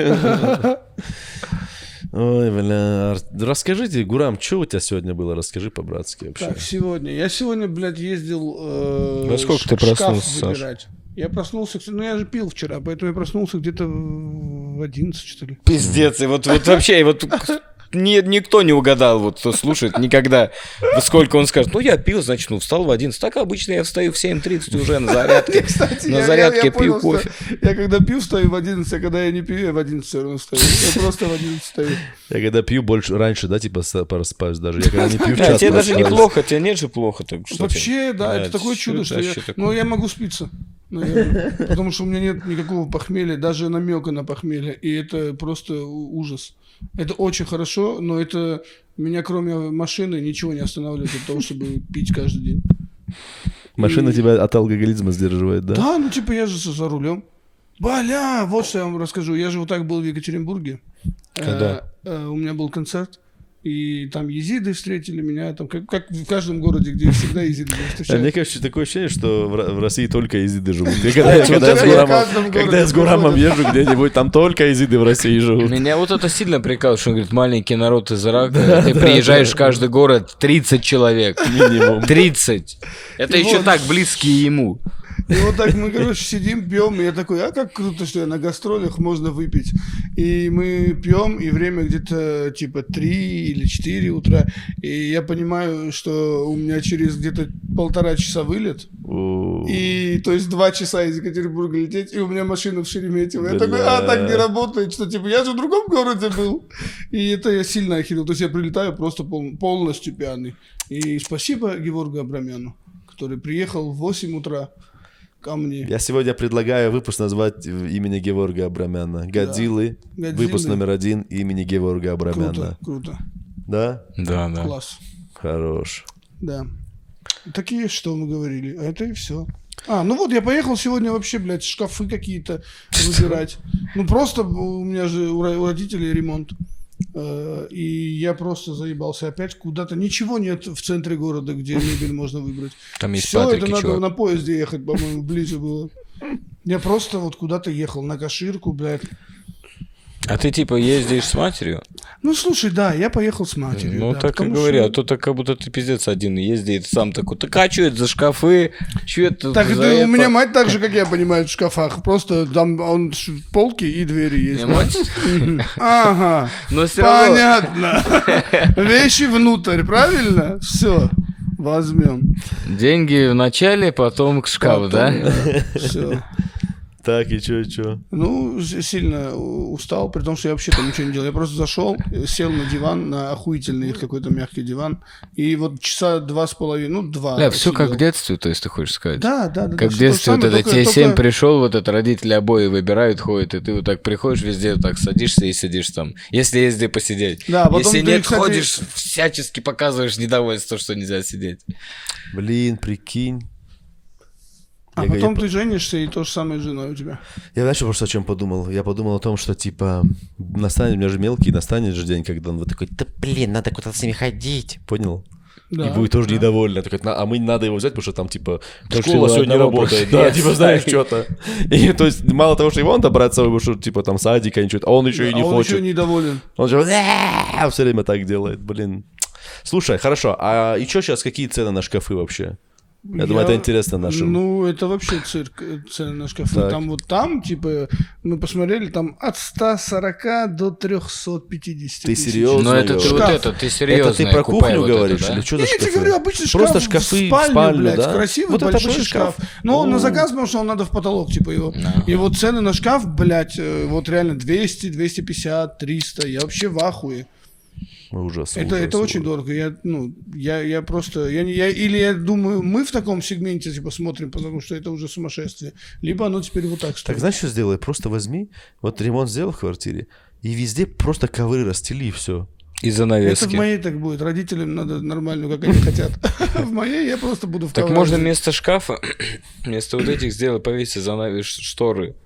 S1: Ой, бля. Ар- Расскажите, Гурам, что у тебя сегодня было? Расскажи по-братски вообще.
S3: Так, сегодня. Я сегодня, блядь, ездил... э,
S4: Во сколько
S3: ш-
S4: ты
S3: шкаф
S4: проснулся, Саш?
S3: выбирать. Я проснулся, кстати, ну я же пил вчера, поэтому я проснулся где-то в в 11, что ли.
S4: Пиздец, и вот, вот вообще, и вот ни- никто не угадал, вот кто слушает, никогда, во сколько он скажет, ну я пил, значит, ну встал в 11, так обычно я встаю в 7.30 уже на зарядке,
S3: Кстати,
S4: на
S3: я- я-
S4: зарядке
S3: я
S4: пью
S3: понял, что
S4: кофе.
S3: Я когда пью, встаю в 11, а когда я не пью, я в 11 все равно встаю. Я просто в 11 встаю.
S1: Я когда пью больше раньше, да, типа с- просыпаюсь даже. Я когда не пью в
S4: Да,
S1: час
S4: А, тебе даже
S1: просыпаюсь.
S4: неплохо, тебе нет же плохо, так что
S3: Вообще,
S4: ты-
S3: да, это такое
S4: чё
S3: чудо,
S4: это
S3: что я...
S4: вообще такое?
S3: Ну, я могу спиться. наверное, Потому что у меня нет никакого похмелья, даже намека на похмелье. И это просто у- ужас. Это очень хорошо, но это меня, кроме машины, ничего не останавливает от того, чтобы пить каждый день.
S1: Машина тебя от алкоголизма сдерживает, да?
S3: Да, ну типа я же за за рулем. Бля, вот что я вам расскажу. Я же вот так был в Екатеринбурге.
S4: Когда?
S3: Э, э, у меня был концерт. И там езиды встретили меня, там, как, как в каждом городе, где всегда езиды меня
S1: А
S3: встречают.
S1: мне кажется, такое ощущение, что в Ро- в России только изиды живут. Я когда, когда я с
S3: это в каждом
S1: Гурамом,
S3: городе
S1: когда я с Гурамом езжу где-нибудь, там только изиды в России
S3: ну,
S1: живут.
S4: Меня вот это сильно прикал, что он говорит, маленький народ из Ирака, ты приезжаешь в каждый город, 30 человек,
S1: Минимум.
S4: 30. Это
S3: И
S4: еще
S3: вот-
S4: так близкие ему.
S3: И вот так мы, короче, сидим, пьем, и я такой, а как круто, что я на гастролях, можно выпить. И мы пьем, и время где-то типа 3 или 4 утра, и я понимаю, что у меня через где-то полтора часа вылет,
S1: У.
S3: и то есть два часа из Екатеринбурга лететь, и у меня машина в Шереметьево. Я
S1: Бля.
S3: такой, а так не работает, что типа я же в другом городе был. И это я сильно охерел. То есть я прилетаю просто пол- полностью пьяный. И спасибо Георгу Абрамяну, который приехал в 8 утра ко мне.
S1: Я сегодня предлагаю выпуск назвать в имени Геворга Абрамяна. Годзиллы.
S3: Годзиллы.
S1: Выпуск номер один имени Геворга Абрамяна.
S3: Круто, круто.
S1: Да?
S4: Да, да.
S3: Класс.
S1: Хорош.
S3: Да. Такие, что мы говорили. А это и все. А, ну вот я поехал сегодня вообще, блядь, шкафы какие-то выбирать. Ну просто у меня же у ро- у родителей ремонт. Э, И я просто заебался опять куда-то. Ничего нет в центре города, где мебель можно выбрать.
S4: Там есть
S3: Все это
S4: Патрики,
S3: надо
S4: чувак.
S3: на поезде ехать, по-моему, ближе было. Я просто вот куда-то ехал, на Каширку, блядь.
S4: А ты типа ездишь с матерью?
S3: Ну слушай, да, я поехал с матерью.
S4: Ну,
S3: да,
S4: так и
S3: потому
S4: говори,
S3: что-
S4: а то так как будто ты пиздец один ездит, сам такой, так а чё это за шкафы, чё это
S3: Так это
S4: за это?»
S3: у меня мать так же, как я понимаю, в шкафах. Просто там он ш- полки и двери есть.
S4: Не, мать?
S3: Ага.
S4: Но все равно...
S3: Понятно. Вещи внутрь, правильно? Все. Возьмем.
S4: Деньги в начале, потом к шкафу, да?
S3: Все.
S1: Так, и чё, чё?
S3: Ну, с- сильно у- устал, при том, что я вообще там ничего не делал. Я просто зашел, э, сел на диван, на охуительный какой-то мягкий диван, и вот часа два с половиной, ну, два.
S4: Да, все как в
S3: сидел.
S4: детстве, то есть ты хочешь сказать?
S3: Да, да, да. да,
S4: Как в
S3: всё то же
S4: детстве, вот
S3: самое,
S4: это
S3: только- а
S4: тебе семь
S3: только-
S4: пришел, вот это родители обои выбирают, ходят, и ты вот так приходишь везде, вот так садишься и сидишь там. Если есть где посидеть.
S3: Да, потом
S4: Если
S3: ты,
S4: нет,
S3: кстати-
S4: ходишь, всячески показываешь недовольство, что нельзя сидеть.
S1: Блин, прикинь. Я-
S3: А
S1: я
S3: потом
S1: по-
S3: ты женишься, и то же самое с женой у тебя.
S1: Я дальше просто о чем подумал. Я подумал о том, что типа настанет, у меня же мелкий, настанет же день, когда он вот такой, да блин, надо куда-то с ними ходить. Понял?
S3: Да,
S1: и будет тоже
S3: да.
S1: недовольна. Такая, «На- а мы не надо его взять, потому что там типа
S4: Школа
S1: школа сегодня не
S4: одного
S1: работает.
S4: профессора.
S1: Да, типа знаешь что-то. И то есть мало того, что и он добраться, его что типа там садика ничего, а он еще и не
S3: а он
S1: хочет.
S3: еще недоволен.
S1: Он же все время так делает, блин. Слушай, хорошо, а и что сейчас, какие цены на шкафы вообще? Я, думаю, это интересно нашим.
S3: Ну, это вообще цирк, э, цены на шкафы.
S1: Так.
S3: Там вот там, типа, мы посмотрели, там от 140 до 350
S1: Ты
S3: тысяч.
S1: серьезно?
S4: Но это ты
S1: Лёш?
S4: вот
S3: Шкаф.
S4: это, ты серьезно.
S1: Это ты про кухню говоришь? Или что за
S3: Я тебе
S1: шкафы?
S3: говорю, обычный шкаф
S1: Просто
S3: в
S1: шкафы, в
S3: спальню,
S1: спальню,
S3: блядь,
S1: да?
S3: красивый
S1: Вот это
S3: большой
S1: обычный
S3: шкаф.
S1: шкаф.
S3: Но он
S1: О.
S3: на заказ, потому что он надо в потолок, типа, его. И вот цены на шкаф, блядь, э, вот реально 200, 250, 300, я вообще в ахуе.
S1: Ой, Ужас,
S3: Это,
S1: ужас,
S3: это
S1: ужас.
S3: очень дорого. Я, ну, я, я просто... Я, не- я, или я думаю, мы в таком сегменте типа, смотрим, потому что это уже сумасшествие. Либо оно теперь вот так стоит.
S1: Так знаешь, что сделай? Просто возьми, вот ремонт сделал в квартире, и везде просто ковры расстели, и все.
S4: И
S3: это в
S4: занавески.
S3: моей так будет. Родителям надо нормальную, как они хотят. В моей я просто буду в
S4: Так
S3: ковре.
S4: можно вместо шкафа, вместо вот этих сделай, повесить занавес шторы.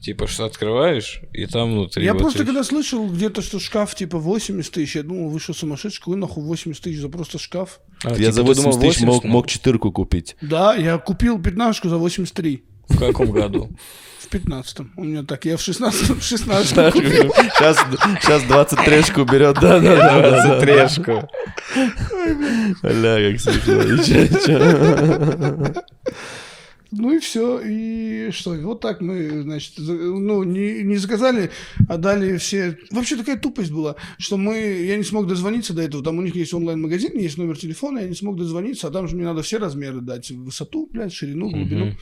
S4: Типа, что открываешь, и там внутри.
S3: Я
S4: вот
S3: просто
S4: эти-
S3: когда слышал где-то, что шкаф типа 80 тысяч, я думал, вы что, сумасшедший, какой нахуй 80 тысяч за просто шкаф?
S4: А,
S1: я
S4: типа,
S1: за
S4: ты
S1: 80
S4: думал,
S1: тысяч мог,
S4: 80,
S1: мог четырку купить.
S3: Да, я купил пятнашку за 83
S4: В каком году?
S3: в 15-м. У меня так, я в 16-м, в 16
S1: Сейчас, сейчас 20 трешку берет, да, да, да, да, трешку. Бля, как смешно. И чё, чё?
S3: Ну и все, и что? И Вот так мы, значит, за- ну, не, не заказали, а дали все... Вообще такая тупость была, что мы... Я не смог дозвониться до этого. Там у них есть онлайн-магазин, есть номер телефона, я не смог дозвониться, а там же мне надо все размеры дать. Высоту, блядь, ширину, глубину.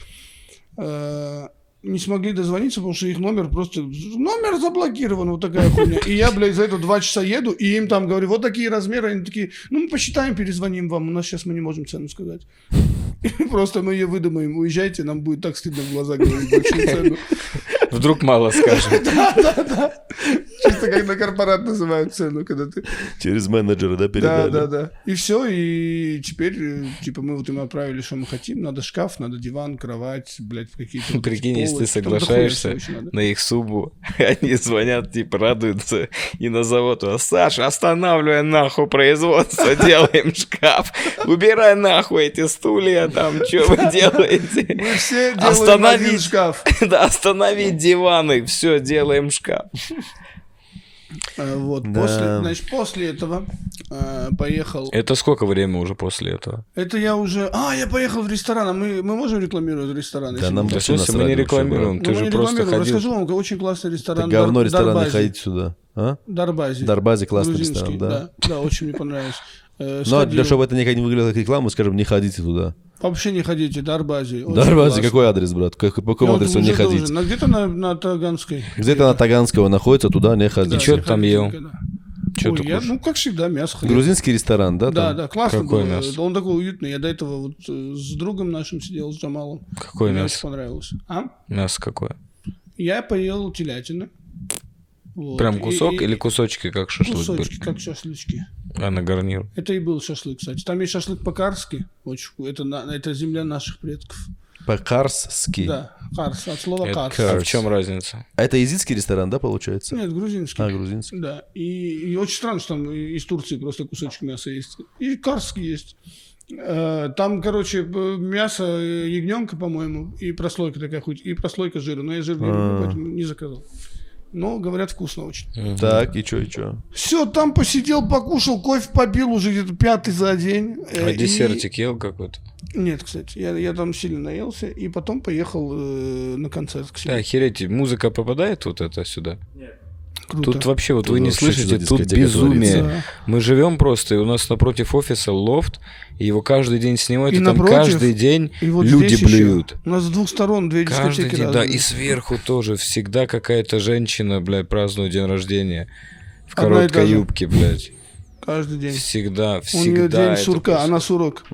S3: Э, не смогли дозвониться, потому что их номер просто... Номер заблокирован, вот такая хуйня. И я, блядь, за это два часа еду, и им там говорю, вот такие размеры. Они такие, ну, мы посчитаем, перезвоним вам. У нас сейчас мы не можем цену сказать. И Просто мы ее выдумаем. Уезжайте, нам будет так стыдно в глаза говорить большую цену.
S4: Вдруг мало скажешь.
S3: Чисто как на корпорат называют цену, когда ты...
S1: Через менеджера, да,
S3: Да,
S1: передали?
S3: да, да. И все, и теперь, э, типа, мы вот им отправили, что мы хотим. Надо шкаф, надо диван, кровать, блядь, какие-то... вот эти
S4: Прикинь, если
S3: полочки. Там
S4: ты
S3: дохуя всего
S4: соглашаешься
S3: еще надо.
S4: на их субу, они звонят, типа, радуются, и на завод, а, Саша, останавливай нахуй производство, делаем шкаф, убирай нахуй эти стулья, там, что вы делаете?
S3: Мы все делаем
S4: Остановить.
S3: один шкаф.
S4: Да, остановить диваны, все, делаем шкаф.
S3: Э, Вот,
S1: Да.
S3: после, значит, после этого э, поехал...
S4: Это сколько времени уже после этого?
S3: Это я уже... А, я поехал в ресторан, а мы, мы можем рекламировать ресторан?
S1: Да
S3: если
S1: нам
S3: мы-
S1: да
S4: Да что, мы не рекламируем,
S3: Ну,
S4: ты
S3: мы
S4: же
S3: не
S4: просто
S3: рекламируем.
S4: ходил.
S3: Расскажу вам, какой очень классный ресторан.
S1: Говно
S3: Дар-
S1: рестораны
S3: Дарбази.
S1: ходить сюда. А?
S3: Дарбази.
S1: Дарбази классный
S3: Грузинский,
S1: ресторан, да.
S3: да. Да, очень мне понравилось. Э,
S1: Но
S3: сходил.
S1: Ну, а для чтобы это никак не выглядело как реклама, скажем, не ходите туда.
S3: Вообще не ходите, Дарбази. очень
S1: Дарбази,
S3: классно.
S1: какой адрес, брат? Как- По
S3: Ну, Я
S1: какому
S3: вот
S1: адресу не
S3: уже
S1: ходить?
S3: должен. На- Где-то на, на Таганской.
S1: Где-то на Таганского находится, туда не
S3: Да,
S1: ходить.
S4: чё
S3: не
S4: ты там
S3: ходите
S4: ел?
S3: никогда.
S4: Чё
S3: Ой,
S4: ты
S3: я,
S4: кушал?
S3: ну, как всегда, мясо хлеб.
S1: Грузинский ресторан, да?
S3: Да,
S1: там?
S3: да, классно
S4: Какое
S3: было.
S4: мясо?
S3: Он такой уютный. Я до этого вот э, с другом нашим сидел, с Джамалом.
S4: Какое
S3: Мне
S4: мясо?
S3: очень понравилось. А?
S4: Мясо какое?
S3: Я поел телятины. Вот.
S4: Прям
S3: И-
S4: кусок
S3: и-
S4: или кусочки, как шашлык был?
S3: Кусочки, как шашлычки.
S4: А на гарнир?
S3: Это и был шашлык, кстати. Там есть шашлык по-карски. Очень вку- это, на- это земля наших предков.
S1: По-карсски.
S3: Да, карс, от слова
S4: Это-
S3: карс.
S4: А в чем разница?
S1: А это языческий ресторан, да, получается?
S3: Нет, грузинский.
S1: А, грузинский.
S3: Да, и, и очень странно, что там и- из Турции просто кусочек мяса есть. И карский есть. Э, Там, короче, б- мясо э, ягненка, по-моему, и прослойка такая хоть, и прослойка жира. Но я жир не люблю,
S1: А.
S3: поэтому не заказал. Но, говорят, вкусно очень.
S1: Так, и чё, и чё?
S3: Все, там посидел, покушал, кофе попил уже где-то пятый за день. Э,
S4: А
S3: и-
S4: десертик ел какой-то?
S3: Нет, кстати, я, я там сильно наелся, и потом поехал э, на концерт к себе.
S4: Да, охереть, музыка попадает вот это сюда?
S5: Нет.
S3: круто.
S4: Тут вообще, вот вы
S1: Тут
S4: не
S1: вообще
S4: слышите,
S1: что-то
S4: тут
S1: дискотека
S4: безумие.
S3: творится.
S4: Мы живем просто, и у нас напротив офиса лофт, и его каждый день снимают,
S3: И
S4: и, там
S3: напротив,
S4: каждый день
S3: И вот здесь
S4: люди
S3: еще
S4: блюют.
S3: У нас с двух сторон две
S4: Каждый
S3: дискотеки
S4: день, да, и
S3: разные.
S4: сверху тоже всегда какая-то женщина, блядь, празднует день рождения в
S3: Одна и та
S4: короткой
S3: же.
S4: юбке, блядь.
S3: Каждый день.
S4: Всегда,
S3: У
S4: всегда.
S3: нее день
S4: это
S3: сурка,
S4: просто
S3: она сурок.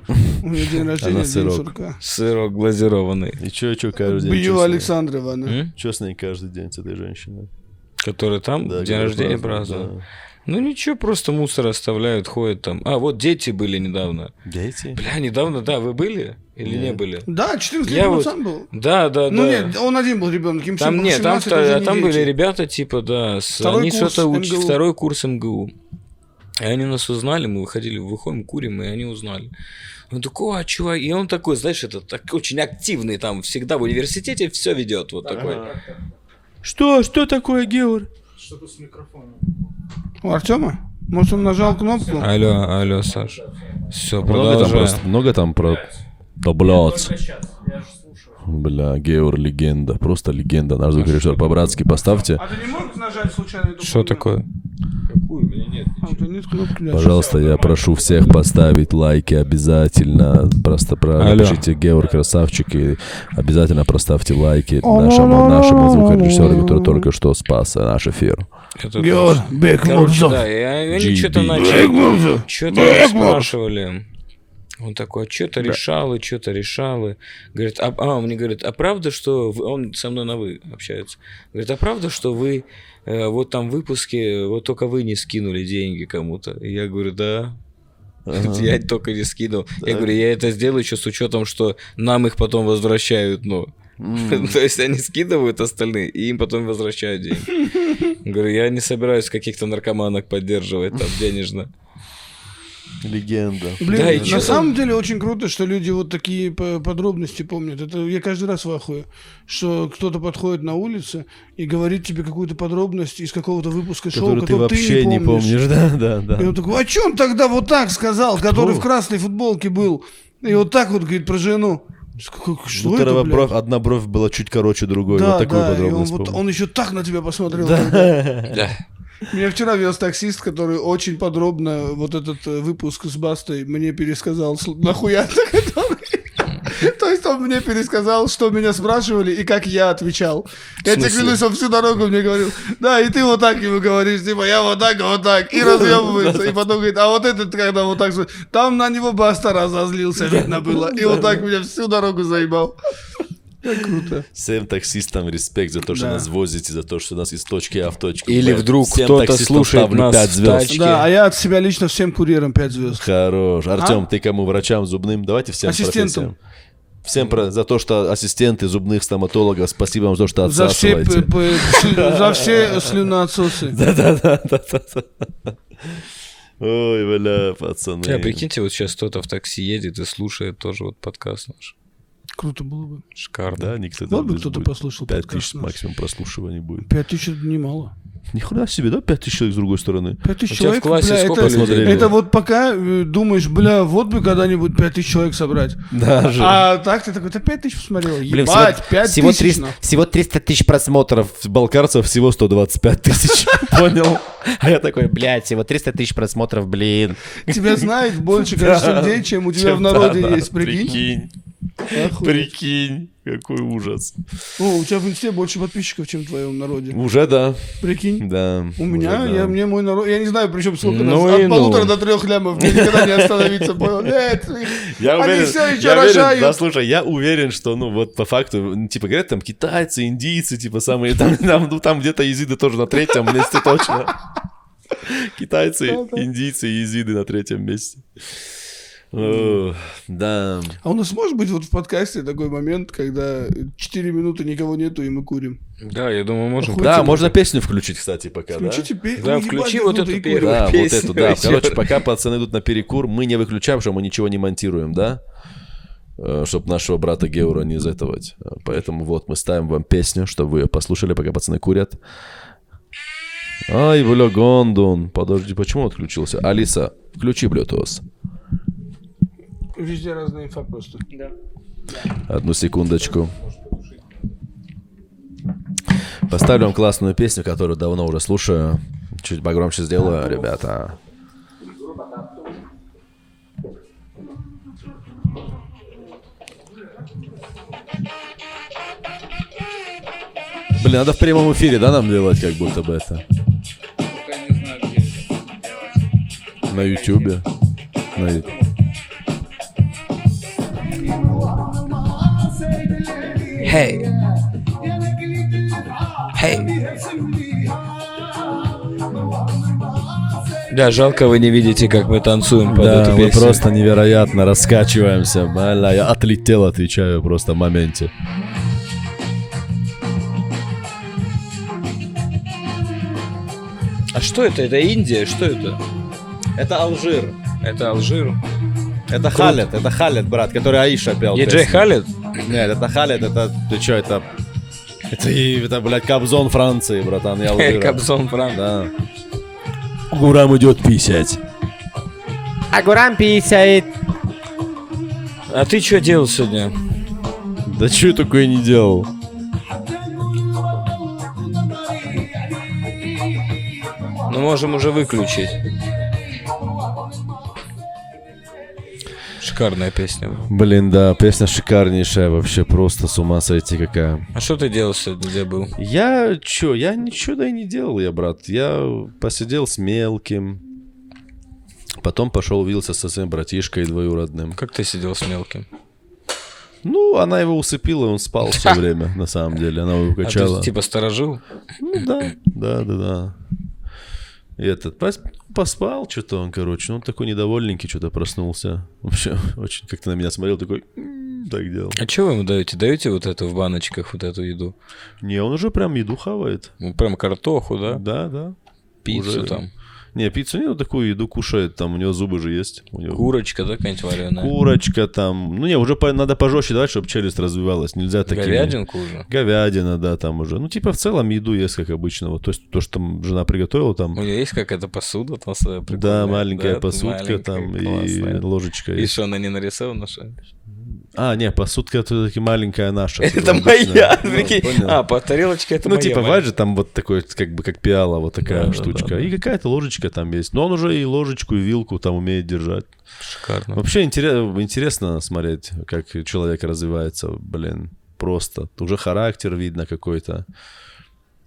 S3: У нее день рождения,
S1: Она
S3: день
S1: сырок.
S3: сурка.
S4: Сырок глазированный,
S1: И чё, чё каждый день? чё
S3: Бью
S1: с ней?
S3: Александра Ивановна.
S4: М?
S1: Чё с ней каждый день с этой женщиной?
S4: который там
S1: Да,
S4: день
S1: говорю,
S4: рождения
S1: празднуют,
S4: празднует. Ну ничего, просто мусор оставляют, ходят там. А, вот дети были недавно.
S1: да. Дети?
S4: Бля, недавно, да, вы были или не
S1: Нет.
S4: были?
S3: Да, 14
S4: Я
S3: лет
S4: вот-
S3: пацан был.
S4: Да, да,
S3: Ну
S4: да.
S3: нет, он один был ребенок. Им
S4: Там
S3: всем
S4: нет, там,
S3: 18
S4: вто-
S3: уже не
S4: там
S3: дети.
S4: были ребята, типа, да, с-
S3: Второй
S4: они
S3: курс
S4: что-то учат,
S3: МГУ.
S4: второй курс МГУ. И они нас узнали, мы выходили, выходим, курим, и они узнали. Он такой, а, чувак, и он такой, знаешь, это так, очень активный там, всегда в университете все ведет вот такой. Что, что такое Геор?
S5: Что-то с микрофоном.
S3: У Артема? Может, он нажал кнопку?
S4: Алло, алло, Саш. Все,
S1: Много там,
S4: продолжаем.
S1: просто, много там про... Да, блядь.
S5: Только сейчас, я же слушаю.
S1: Бля, Геор легенда, просто легенда. Наш звукорежиссер по-братски поставьте.
S3: А ты не можешь нажать случайно эту
S4: Что
S3: хуйню?
S4: такое?
S3: А, у тебя нет кнопки, да.
S1: Пожалуйста, я прошу всех поставить лайки обязательно. Просто про...
S4: Алло.
S1: напишите Геор красавчик и обязательно проставьте лайки нашему, нашему звукорежиссеру, который только что спас э, наш эфир.
S4: Это
S3: Георг
S4: точно. Короче,
S3: Бекмурзов.
S4: да, и они
S1: GB.
S4: что-то начали. Что-то спрашивали. Он такой, а что-то решал, и что-то решал. и Говорит, а, а, он мне говорит, а правда, что... вы-» Он со мной на «вы» общается. Говорит, а правда, что вы э, вот там в выпуске, вот только вы не скинули деньги кому-то? И я говорю, да. Я только не скинул. Я говорю, я это сделаю еще с учетом, что нам их потом возвращают, ну. То есть они скидывают остальные, и им потом возвращают деньги. Говорю, я не собираюсь каких-то наркоманок поддерживать там денежно.
S1: Легенда.
S3: Блин,
S4: Да, и
S3: на
S4: чё?
S3: самом деле очень круто, что люди вот такие по- подробности помнят. Это я каждый раз в ахуе, что кто-то подходит на улице и говорит тебе какую-то подробность из какого-то выпуска шоу,
S1: Который ты
S3: которую ты,
S1: вообще не помнишь, Э, да, да,
S3: И
S1: да.
S3: он такой, а чё он тогда вот так сказал, который в красной футболке был? И вот так вот говорит про жену. Как- Что Ну, это,
S1: Утрова
S3: блядь?
S1: бровь, одна бровь была чуть короче другой.
S3: Да,
S1: вот такую
S3: да, и он,
S1: подробность.
S3: вот,
S1: помню.
S3: он еще так на тебя посмотрел. тогда. Меня вчера вез таксист, который очень подробно вот этот э, выпуск с Бастой мне пересказал, сл- нахуя ты который? То есть он мне пересказал, что меня спрашивали и как я отвечал. Я тебе
S4: смысле?
S3: клянусь, он всю дорогу мне говорил, да, и ты вот так ему говоришь, типа, я вот так, вот так, и разъебывается. И потом говорит, а вот этот, когда вот так, же, там на него Баста разозлился, видно было. И вот так меня всю дорогу заебал. Как круто.
S1: Всем таксистам респект за то, что
S3: Да.
S1: нас возите, за то, что нас из точки А в точку
S4: Или
S1: Б.
S4: вдруг
S1: Всем
S4: кто-то
S1: таксистам
S4: слушает
S1: ставлю
S4: нас
S1: пять
S4: в
S1: звезд.
S4: тачке.
S3: Да, а я от себя лично всем курьерам 5 звезд.
S1: Хорош.
S3: А?
S1: Артем, ты кому? Врачам, зубным? Давайте всем
S3: Ассистентам.
S1: профессиям. Всем про... за то, что ассистенты зубных стоматологов, спасибо вам за то, что
S3: За э, все,
S1: отсасываете.
S3: п- п- сли- за все слюноотсосы.
S1: Да-да-да-да-да. Ой, бля, пацаны.
S4: Да, прикиньте, вот сейчас кто-то в такси едет и слушает тоже вот подкаст наш.
S3: Круто было бы.
S4: Шикарно.
S1: Да, никто
S3: Вот бы кто-то послушал
S1: Пять
S3: подкаст
S1: тысяч
S3: наш.
S1: максимум прослушиваний будет.
S3: Пять тысяч это немало.
S1: Ни хрена себе, да, пять тысяч человек с другой стороны?
S3: Пять тысяч
S4: У тебя в
S3: человек,
S4: классе
S3: бля,
S4: сколько
S3: это,
S1: людей
S3: это
S1: было?
S3: вот пока э, думаешь, бля, вот бы когда-нибудь пять тысяч человек собрать.
S1: Даже.
S3: А так ты такой, ты пять тысяч посмотрел?
S1: Блин,
S3: Ебать, пять
S1: всего,
S3: тысяч.
S1: 300,
S3: нахуй.
S1: всего 300 тысяч просмотров. Балкарцев всего 125 тысяч. Понял? А я такой, блядь, всего 300 тысяч просмотров, блин.
S3: Тебя знает больше количество людей, чем у тебя в народе есть, прикинь. Охуеть.
S1: Прикинь, какой ужас.
S3: О, у тебя в инсте больше подписчиков, чем в твоем народе.
S1: Уже да,
S3: Прикинь.
S1: да.
S3: У меня, я, мне мой народ, я не знаю, причем сколько
S4: Ну
S3: нас,
S4: и
S3: от
S4: ну.
S3: полутора до трех лямов, мне никогда не остановиться, понял? Нет,
S1: Я
S3: они
S1: уверен,
S3: все еще
S1: я уверен, да,
S3: рожают.
S1: слушай, я уверен, что, ну, вот по факту, ну, типа, говорят, там китайцы, индийцы, типа, самые, там, там, ну, там где-то езиды тоже на третьем месте точно. Китайцы,
S3: Да-да.
S1: индийцы и езиды на третьем месте. Ох, Да.
S3: А у нас может быть вот в подкасте такой момент, когда 4 минуты никого нету, и мы курим?
S4: Да, я думаю, можно.
S3: Охуеть.
S1: Да, можно песню включить, кстати, пока, да?
S3: Включите песню.
S4: Да, включи вот эту первую.
S1: Да, вот
S4: Песню
S1: эту, да.
S4: еще.
S1: Короче, пока пацаны идут на перекур, мы не выключаем, что мы ничего не монтируем, да? Чтобы нашего брата Геура не из этого. Э, Поэтому вот мы ставим вам песню, чтобы вы ее послушали, пока пацаны курят. Ай, бля, Гондон. Подожди, почему он отключился? Алиса, включи Bluetooth.
S3: Везде разная инфа просто.
S5: Да.
S1: Одну секундочку. Поставлю вам классную песню, которую давно уже слушаю. Чуть погромче сделаю, ребята. Блин, надо в прямом эфире, да, нам делать, как будто бы это?
S5: Пока не знаю, где это делать.
S1: На Ютубе. На Ю-
S4: Hey. Hey. Да, жалко вы не видите, как мы танцуем под
S1: Да,
S4: эту
S1: мы
S4: песню.
S1: просто невероятно раскачиваемся. Бля, я отлетел, отвечаю просто в моменте.
S4: А что это? Это Индия? Что это?
S1: Это Алжир.
S4: Это Алжир.
S1: Это Халет, это Халет, брат, который Аиша пел.
S4: Диджей
S1: песню.
S4: Халид?
S1: Нет, это Халет, это... Ты чё, это... Это, и- это, блядь, Кобзон Франции, братан, я Алжира.
S4: Кобзон Франк.
S1: Да. Гурам идет писять.
S4: А ты что делал сегодня?
S1: Да чё я такое не делал?
S4: Ну, можем уже выключить. Шикарная песня.
S1: Блин, да, песня шикарнейшая, вообще просто с ума сойти какая.
S4: А что ты делал сегодня, где был?
S1: Я чё, я ничего да и не делал я, брат. Я посидел с мелким. Потом пошел увиделся со своим братишкой двоюродным.
S4: Как ты сидел с мелким? А
S1: Ну, она его усыпила, и он спал все время, на самом деле. Она его
S4: А
S1: качала.
S4: ты типа сторожил?
S1: Ну да, да, да, да. И Этот пос- поспал что-то он, короче, ну он такой недовольненький, что-то проснулся. Вообще, очень как-то на меня смотрел, такой «М, так делал.
S4: А что вы ему даете? Даете вот это в баночках, вот эту еду?
S1: Не, он уже прям еду хавает.
S4: Ну, прям картоху, да?
S1: Да, да.
S4: Пиццу
S1: уже-
S4: там.
S1: Не, пиццу нет, он такую еду кушает, там у него зубы же есть. У него
S4: Курочка, да, какая-нибудь вареная?
S1: курочка там. Ну не, уже по- надо пожестче давать, чтобы челюсть развивалась. Нельзя такими.
S4: Говядинку уже.
S1: Говядина, да, там уже. Ну, типа, в целом еду ест, как обычно. Вот, то есть, то, что там жена приготовила, там
S4: У нее есть какая-то посуда там своя прикольная?
S1: Да, маленькая
S4: да,
S1: посудка
S4: маленькая,
S1: там и
S4: классная.
S1: ложечка.
S4: И
S1: есть.
S4: что, она не нарисована, что ли?
S1: А, не, посудка это таки маленькая наша.
S4: Это
S1: обычная.
S4: моя,
S1: Ну,
S4: прикинь.
S1: понял.
S4: А, по тарелочке это
S1: Ну,
S4: моя
S1: типа,
S4: маленькая.
S1: бывает же там вот такой, как бы, как пиала, вот такая
S4: Да-да-да-да.
S1: штучка. И какая-то ложечка там есть. Но он уже и ложечку, и вилку там умеет держать.
S4: Шикарно.
S1: Вообще интересно, интересно смотреть, как человек развивается, блин. Просто. Уже характер видно какой-то.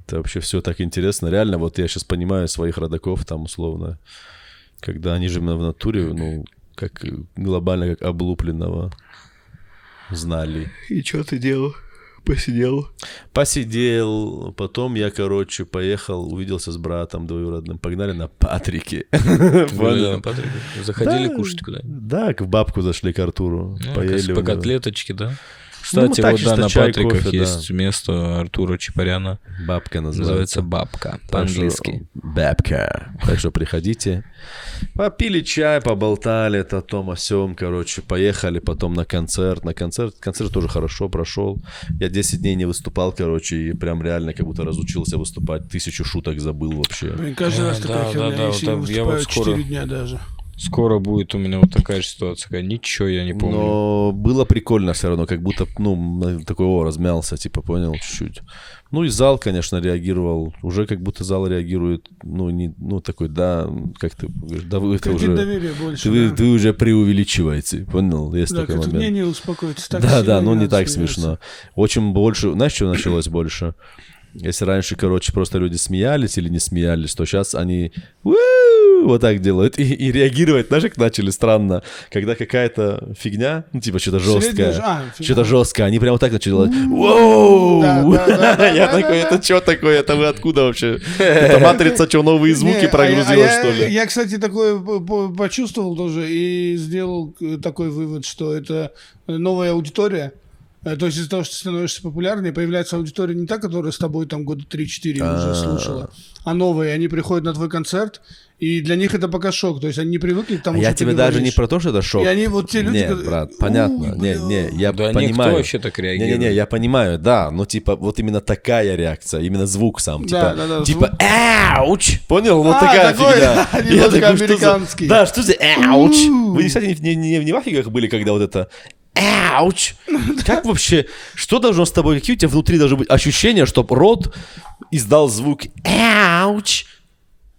S1: Это вообще все так интересно. Реально, вот я сейчас понимаю своих родаков там условно. Когда они же именно в натуре, ну, как э, глобально, как облупленного знали.
S3: И что ты делал? Посидел.
S1: Посидел, потом я, короче, поехал, увиделся с братом двоюродным, погнали на Патрике.
S4: Гуляли на
S1: Понял?
S4: Патрике? ну, Заходили
S1: Да.
S4: кушать куда-нибудь?
S1: Да, к бабку зашли к Артуру,
S4: Ну,
S1: поели
S4: как-
S1: у
S4: По
S1: него.
S4: котлеточке, да? Кстати,
S1: так
S4: вот
S1: чисто
S4: да, на
S1: чай,
S4: Патриках
S1: кофе, да.
S4: есть место Артура Чапаряна.
S1: Бабка
S4: Называется Бабка
S1: Так что-
S4: по-английски.
S1: Бабка. Так что приходите. Попили чай, поболтали о том, о сём, короче. Поехали потом на концерт. На концерт. Концерт тоже хорошо прошел. Я 10 дней не выступал, короче, и прям реально как будто разучился выступать. Тысячу шуток забыл вообще.
S3: Блин, каждый
S4: Да,
S3: раз такая
S4: да,
S3: херня.
S4: да, да,
S3: если
S4: вот
S3: не
S4: так я
S3: выступаю
S4: вот скоро-
S3: 4 дня даже.
S4: Скоро будет у меня вот такая же ситуация. когда Ничего я не помню.
S1: Но было прикольно все равно, как будто, ну, м, такой, о, размялся, типа, понял, чуть-чуть. Ну и зал, конечно, реагировал. Уже как будто зал реагирует, ну, не, ну, такой, да, как ты говоришь, да вы это
S3: Кредит
S1: уже...
S3: доверия больше.
S1: Ты,
S3: да.
S1: ты уже преувеличиваете, понял? Есть
S3: да,
S1: такой
S3: как тут
S1: момент.
S3: мнение успокоится. Так
S1: да,
S3: сильно
S1: да, но не
S3: надо
S1: так
S3: смеяться.
S1: смешно. Очень больше, знаешь, что началось больше? Если раньше, короче, просто люди смеялись или не смеялись, то сейчас они «Ууу!» вот так делают и, и реагировать, знаешь, как начали странно, когда какая-то фигня, ну типа что-то
S3: Средняя
S1: жесткое,
S3: ж- а, фигня.
S1: что-то жесткое, они прямо вот так начали делать. «Воу!»
S3: Да, да, да, да,
S1: Я
S3: да,
S1: такой,
S3: да,
S1: это что такое, это вы откуда вообще? Это матрица, что новые
S3: Не,
S1: звуки
S3: а
S1: прогрузила,
S3: я- а
S1: что
S3: я-
S1: ли?
S3: Я, кстати, такое по- по- почувствовал тоже и сделал э, такой вывод, что это новая аудитория. Э, То есть из-за того, что ты становишься популярнее, появляется аудитория не та, которая с тобой там года 3-4
S1: А.
S3: уже слушала, а новые. Они приходят на твой концерт, и для них это пока шок. То есть они не привыкли к тому,
S1: А Я
S3: что ты
S1: тебе даже не
S3: говоришь.
S1: про то, что это шок.
S3: И они вот те люди,
S1: Нет,
S3: которые-
S1: брат,
S3: «Ух,
S1: понятно. Не, не, я
S4: Да
S1: понимаю.
S4: никто вообще так реагирует.
S1: Не-не-не, я понимаю, да, но типа вот именно такая реакция, именно звук сам,
S3: Да,
S1: типа,
S3: да, да,
S1: типа,
S3: звук.
S1: ауч, понял, вот
S3: А,
S1: такая
S3: такой,
S1: фигня.
S3: да,
S1: Я такой,
S3: немножко
S1: что за-
S3: американский.
S1: Да, что за ауч? Вы, кстати, не, не, не в афигах были, когда вот это Ауч! Как вообще, что должно с тобой, какие у тебя внутри должны быть ощущения, чтобы рот издал звук Ауч!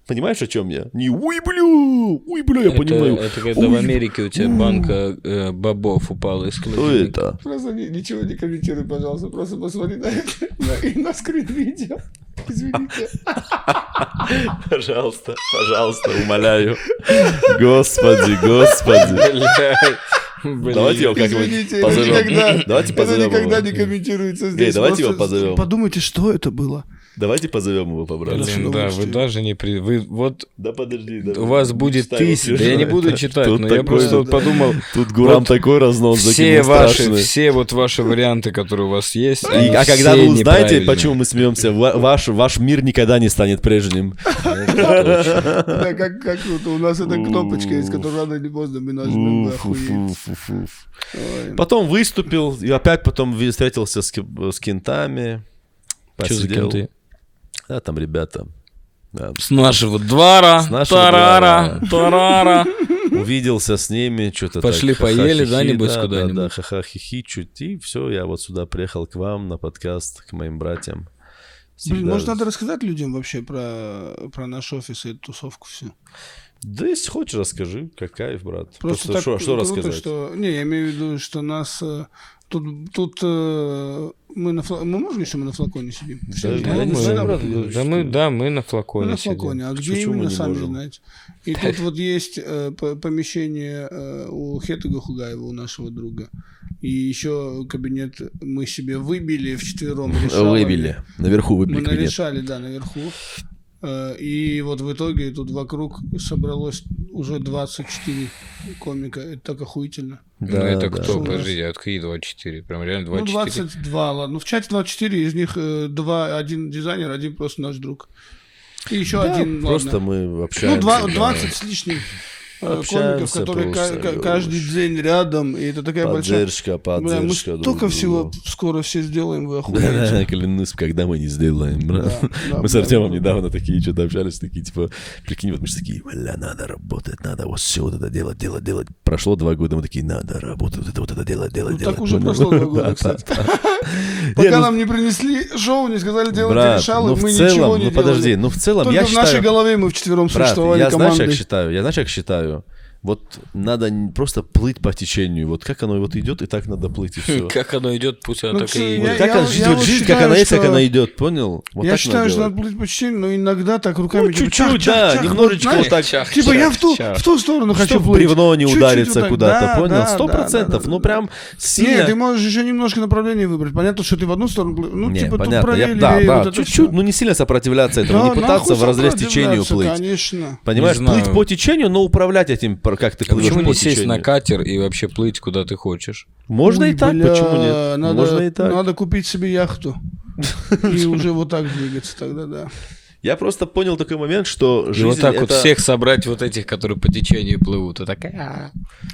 S1: Понимаешь, о чем я? Не уй, блю, уй, блю, я
S4: Это-
S1: понимаю.
S4: Это когда в
S1: Уй,
S4: Америке у тебя банка э, бобов упала из
S1: Что
S4: холодильника.
S1: это?
S3: Просто ни- ничего не комментируй, пожалуйста. Просто посмотри на это на- и на скрин видео. Извините.
S1: Пожалуйста, пожалуйста, умоляю. Господи, господи.
S4: Блядь. Блин.
S1: Давайте его
S3: Извините,
S1: как-нибудь
S3: это никогда,
S1: позовем. Давайте
S3: это
S1: позовем
S3: никогда не
S1: его.
S3: комментируется здесь.
S1: давайте его
S3: Просто
S1: позовем.
S3: Подумайте, что это было.
S1: Давайте позовем его
S3: Блин.
S1: побраться.
S4: Блин, да, вы
S3: удовольствие.
S4: даже не при... Вы, вот
S1: Да подожди, да.
S4: у вас будет
S1: Читай, вот
S4: тысяча. Да
S1: чужое.
S4: я не буду читать,
S1: Тут
S4: но я
S1: такое-
S4: просто вот подумал,
S1: Тут Гурам
S4: Вот
S1: такой разнос
S4: все
S1: закинул
S4: ваши,
S1: страшный.
S4: все вот ваши варианты, которые у вас есть,
S1: И-
S4: они
S1: а когда
S4: все
S1: вы узнаете,
S4: неправильные.
S1: почему мы смеемся, ва- ваш, ваш мир никогда не станет прежним.
S3: Да, как, как вот у нас эта кнопочка есть, которую рано или поздно мы нажмем, вы
S1: Уф, уф,
S3: охуеете.
S1: уф, уф, уф.
S3: Ой.
S1: Потом выступил, и опять потом ви- встретился с, ки- с кентами.
S4: Чё за
S1: посидел.
S4: кенты?
S1: Да, там ребята. Да.
S4: С нашего двора,
S1: С нашего
S4: тарара, тарара.
S1: Увиделся с ними, что-то
S4: Пошли поели, да, небось, куда-нибудь?
S1: Да, ха-ха-хи-хи, чуть, и все, я вот сюда приехал к вам на подкаст, к моим братьям.
S3: Блин,
S1: Всегда-
S3: может, надо рассказать людям вообще про, про наш офис и эту тусовку всю?
S1: Да, если хочешь, расскажи, какая, брат. Просто,
S3: Просто, так
S1: что, что
S3: круто,
S1: рассказать?
S3: что- Не, я имею в виду, что нас... э, Тут, тут э, мы на фла- мы можем еще мы на флаконе сидим? Всё,
S1: Да,
S3: не
S1: да,
S3: надо,
S1: не
S3: не
S1: знаю,
S3: надо
S1: брат,
S3: говорить.
S1: говоришь,
S4: Да Ну, мы,
S1: что-
S4: да, мы на
S3: Мы
S4: флаконе
S3: на
S4: сидим.
S3: флаконе, а где
S1: Почему мы
S3: именно,
S1: не
S3: сами
S1: можем?
S3: знаете. И тут вот есть э, п- помещение э, у Хетага Хугаева, у нашего друга. И еще кабинет мы себе выбили вчетвером. решалами.
S1: Выбили. Наверху
S3: Мы
S1: выбили кабинет.
S3: нарешали, да, наверху. Э, И вот в итоге тут вокруг собралось уже 24 комика. Это так охуительно.
S4: Ну, это
S3: Что
S4: кто?
S3: у нас?
S4: Подожди, а я открою 24. Прям реально
S3: Ну,
S4: 24.
S3: 22, ладно. Ну, в чате 24, из них э, два, один дизайнер, один просто наш друг. И еще
S1: Да,
S3: один, ладно.
S1: Просто мы общаемся.
S3: Ну, два-
S1: да.
S3: 20 с лишним э, комиков,
S1: Общаемся
S3: которые
S1: просто,
S3: ка- ка- каждый
S1: Лёш.
S3: день рядом, и это такая большая...
S1: Поддержка,
S3: Бля, мы
S1: поддержка. друг
S3: столько
S1: другу.
S3: всего скоро все сделаем, вы охуеете.
S1: Да, Клянусь, когда мы не сделаем, брат.
S3: Да, да,
S1: Мы с
S3: бля,
S1: Артемом
S3: да.
S1: недавно такие что-то общались, такие, типа, прикинь, вот мы же такие, бля, надо работать, надо вот все вот это делать, делать, делать. Прошло два года, мы такие, надо работать, вот это вот это делать, делать,
S3: Ну,
S1: делать.
S3: так уже
S1: Ну,
S3: прошло два
S1: да,
S3: года, кстати.
S1: Не, ну,
S3: Пока нам не принесли шоу, не сказали делать
S1: брат,
S3: решалы,
S1: ну, в
S3: мы
S1: целом,
S3: ничего не
S1: ну,
S3: делали.
S1: подожди, ну, в целом,
S3: Только
S1: я
S3: в нашей
S1: считаю-
S3: голове мы вчетвером
S1: Брат,
S3: существовали
S1: я знаешь, как
S3: командой.
S1: считаю? Я знаешь, как считаю? Вот надо не просто плыть по течению. Вот как оно вот идет, и так надо плыть, и все.
S4: Как оно идет, пусть оно
S3: Ну,
S4: так
S3: кстати,
S4: и
S1: Вот
S3: я-
S4: идет.
S1: как
S3: я-
S1: она- жизнь,
S3: я
S1: вот
S3: вот
S1: жизнь,
S3: считаю,
S1: как она есть, так
S3: что-
S1: она идет, понял? Вот
S3: я
S1: так
S3: считаю, что надо
S1: делать.
S3: плыть по течению, но иногда так руками...
S1: Ну,
S3: типа,
S1: чуть-чуть,
S3: чах,
S1: да,
S3: чах, чах,
S1: немножечко
S3: вот
S1: вот
S3: знаешь,
S1: так.
S3: Типа я в ту, в ту сторону хочу
S1: Чтобы
S3: плыть.
S1: бревно не
S3: Чуть-чуть вот
S1: ударится
S3: так,
S1: куда-то,
S3: да,
S1: понял?
S3: да,
S1: Сто
S3: да, да,
S1: процентов.
S3: да,
S1: Ну
S3: да.
S1: прям
S3: Нет,
S1: сильно.
S3: ты можешь еще немножко направление выбрать. Понятно, что ты в одну сторону... плывешь. Ну,
S1: Не,
S3: типа, тут
S1: понятно.
S3: правее,
S1: Я-
S3: левее,
S1: да, да,
S3: вот это
S1: чуть-чуть,
S3: всё.
S1: ну не сильно сопротивляться этому,
S3: Да,
S1: не пытаться
S3: нахуй
S1: в разрез течению
S3: сопротивляться,
S1: плыть.
S3: Конечно.
S1: Понимаешь,
S4: Не знаю.
S1: плыть по течению, но управлять этим, пр- как ты
S4: А
S1: плывешь
S4: Почему
S1: по
S4: не сесть на
S1: течению.
S4: катер и вообще плыть, куда ты хочешь?
S1: Можно и
S3: Ой,
S1: так,
S3: Ну, бля,
S1: почему нет?
S3: Надо,
S1: Можно и так.
S3: Надо купить себе яхту. И уже вот так двигаться тогда, да.
S1: Я просто понял такой момент, что
S4: И
S1: жизнь
S4: вот так вот
S1: это-
S4: всех собрать, вот этих, которые по течению плывут. Вот так а,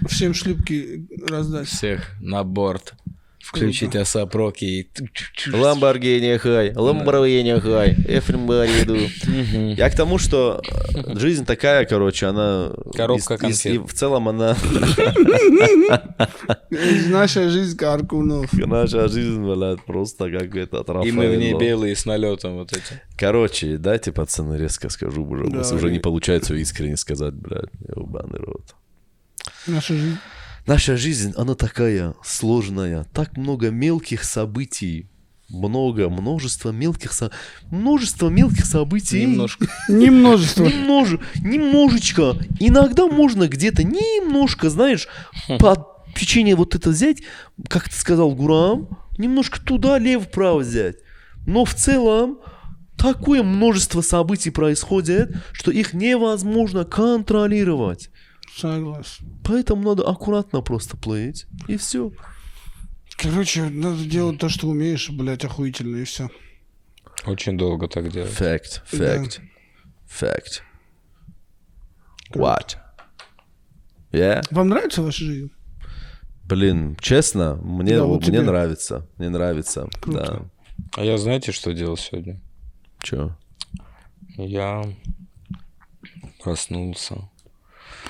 S3: Всем шлюпки раздать.
S4: всех на борт. Включить осопроки и... ту-чу-чу.
S1: Ламборгини хай, Ламборгини хай, Эфрем Бариду. Я к тому, что э, жизнь такая, короче, она...
S4: Коробка
S1: из- из-
S4: конфет.
S1: и В целом она...
S3: Э, Наша жизнь Каркунов.
S1: Наша жизнь, блядь, просто как это от
S4: И мы в ней
S1: Рафаэлло.
S4: белые с налетом вот эти.
S1: Короче, дайте, пацаны, резко скажу, уже, у нас
S3: Давай.
S1: уже не получается искренне сказать, блядь, ебаный рот.
S3: Наша жизнь.
S1: Наша жизнь, она такая сложная. Так много мелких событий. Много, множество мелких, со... множество мелких событий.
S4: Немножко.
S3: Немножество.
S1: Немножко, немножечко. Иногда можно где-то немножко, знаешь, по течению вот это взять, как ты сказал, Гурам, немножко туда, лево, право взять. Но в целом такое множество событий происходит, что их невозможно контролировать.
S3: Согласен.
S1: Поэтому надо аккуратно просто плыть, и все.
S3: Короче, надо делать то, что умеешь, блять, охуительно, и все.
S4: Очень долго так делать.
S1: Факт,
S3: fact,
S1: факт. What? Yeah?
S3: Вам нравится ваша жизнь?
S1: Блин, честно, мне,
S3: Да, вот
S1: мне
S3: тебе.
S1: нравится. Мне нравится.
S3: Круто.
S4: А я знаете, что делал сегодня?
S1: Да. Чё?
S4: Я проснулся.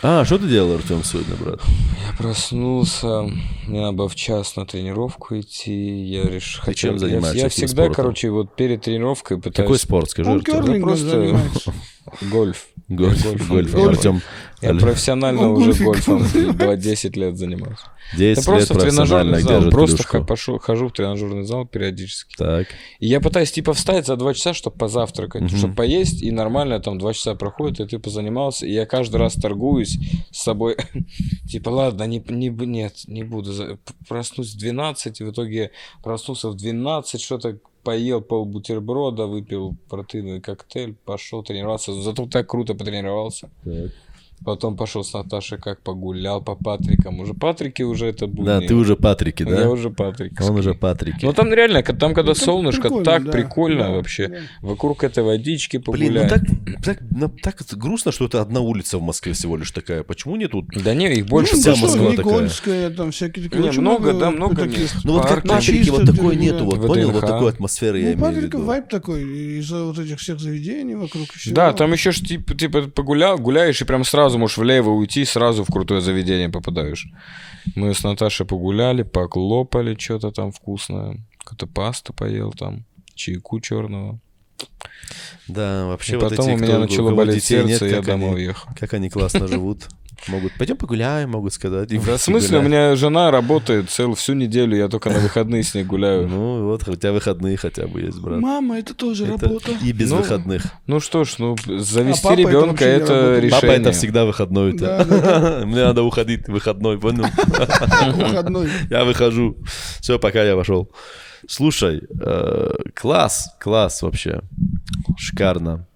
S1: А, что ты делал, Артем, сегодня, брат?
S4: Я проснулся, мне надо было в час на тренировку идти, я решил... Ты
S1: чем занимаешься,
S4: Я,
S1: каким
S4: всегда,
S1: спортом?
S4: короче, вот перед тренировкой пытаюсь...
S1: Какой спорт, скажи,
S3: Он
S1: Артем?
S4: Да
S3: керлингом
S4: просто-
S3: занимается.
S4: Гольф.
S1: Гольф,
S4: Гольфом
S1: гольф,
S4: занимаюсь.
S1: Артем.
S4: Я
S1: Аль-
S4: профессионально
S3: Он
S4: уже
S3: гольфиком
S4: гольфом
S3: занимается.
S4: 10 лет занимаюсь.
S1: 10
S4: Да
S1: лет
S4: просто в
S1: профессионально
S4: тренажерный зал.
S1: держит
S4: Просто
S1: клюшку.
S4: х- пошу- хожу в тренажерный зал периодически.
S1: Так.
S4: И я пытаюсь типа встать за два часа, чтобы позавтракать, чтобы поесть, и нормально там два часа проходит, и ты позанимался, и я каждый раз торгуюсь с собой, типа, ладно, не, не, б- нет, не буду, за- п- проснусь в 12, и в итоге проснулся в 12, что-то поел пол бутерброда, выпил протеиновый коктейль, пошел тренироваться, зато так круто потренировался.
S1: Так.
S4: Потом пошел с Наташей как погулял по Патрикам. Уже Патрики уже это будет.
S1: Да, ты уже Патрики, да?
S4: Ну, Я уже Патрик.
S1: Он уже Патрики.
S4: Ну там реально, к- там когда солнышко,
S3: прикольно,
S4: так
S3: да,
S4: прикольно
S3: да,
S4: вообще.
S3: да.
S4: Вокруг этой водички погулять.
S1: Блин, ну так, так, на- так это грустно, что это одна улица в Москве всего лишь такая. Почему не тут?
S4: Да не, их больше
S1: вся
S3: ну, что,
S1: Москва такая.
S3: Никольская, там всякие такие.
S4: Не,
S3: очень
S4: много, да, много
S3: таких-
S4: мест.
S1: Ну вот как
S4: Парки.
S1: Патрики, вот
S3: Чисто
S1: такой
S3: для
S1: нету, вот
S4: ребят.
S1: понял, вот
S4: ВДНХ.
S1: такой атмосферы я
S3: Ну,
S1: имею в
S3: Патрика
S1: виду.
S3: вайп такой из-за вот этих всех заведений вокруг. и всего.
S4: Да, там еще ж типа, типа погулял, гуляешь и прям сразу можешь влево уйти, сразу в крутое заведение попадаешь. Мы с Наташей погуляли, поклопали что-то там вкусное. Какую-то пасту поел там, чайку черного.
S1: Да, вообще
S4: и
S1: вот
S4: потом
S1: эти,
S4: у
S1: кто-
S4: меня
S1: у
S4: начало
S1: кого
S4: болеть
S1: детей нет,
S4: сердце, и я
S1: как
S4: домой
S1: они-
S4: уехал.
S1: Как они классно живут. Могут, пойдем погуляем, могут сказать. И
S4: Да, в
S1: вместе
S4: смысле, у
S1: гулять.
S4: меня жена работает цел всю неделю, я только на выходные с ней гуляю.
S1: Ну вот, у тебя выходные хотя бы есть, брат.
S3: Мама, это тоже
S1: Это
S3: работа.
S1: И без
S4: Ну,
S1: выходных.
S4: Ну что ж, ну завести
S3: А папа это
S4: ребенка
S3: вообще не
S4: это,
S3: работает.
S4: решение.
S1: Папа, это всегда выходной у тебя.
S3: Да,
S1: Мне надо уходить в выходной, понял?
S3: Выходной.
S1: Я выхожу. Все, пока я вошел. Слушай, э, класс, класс вообще. Шикарно,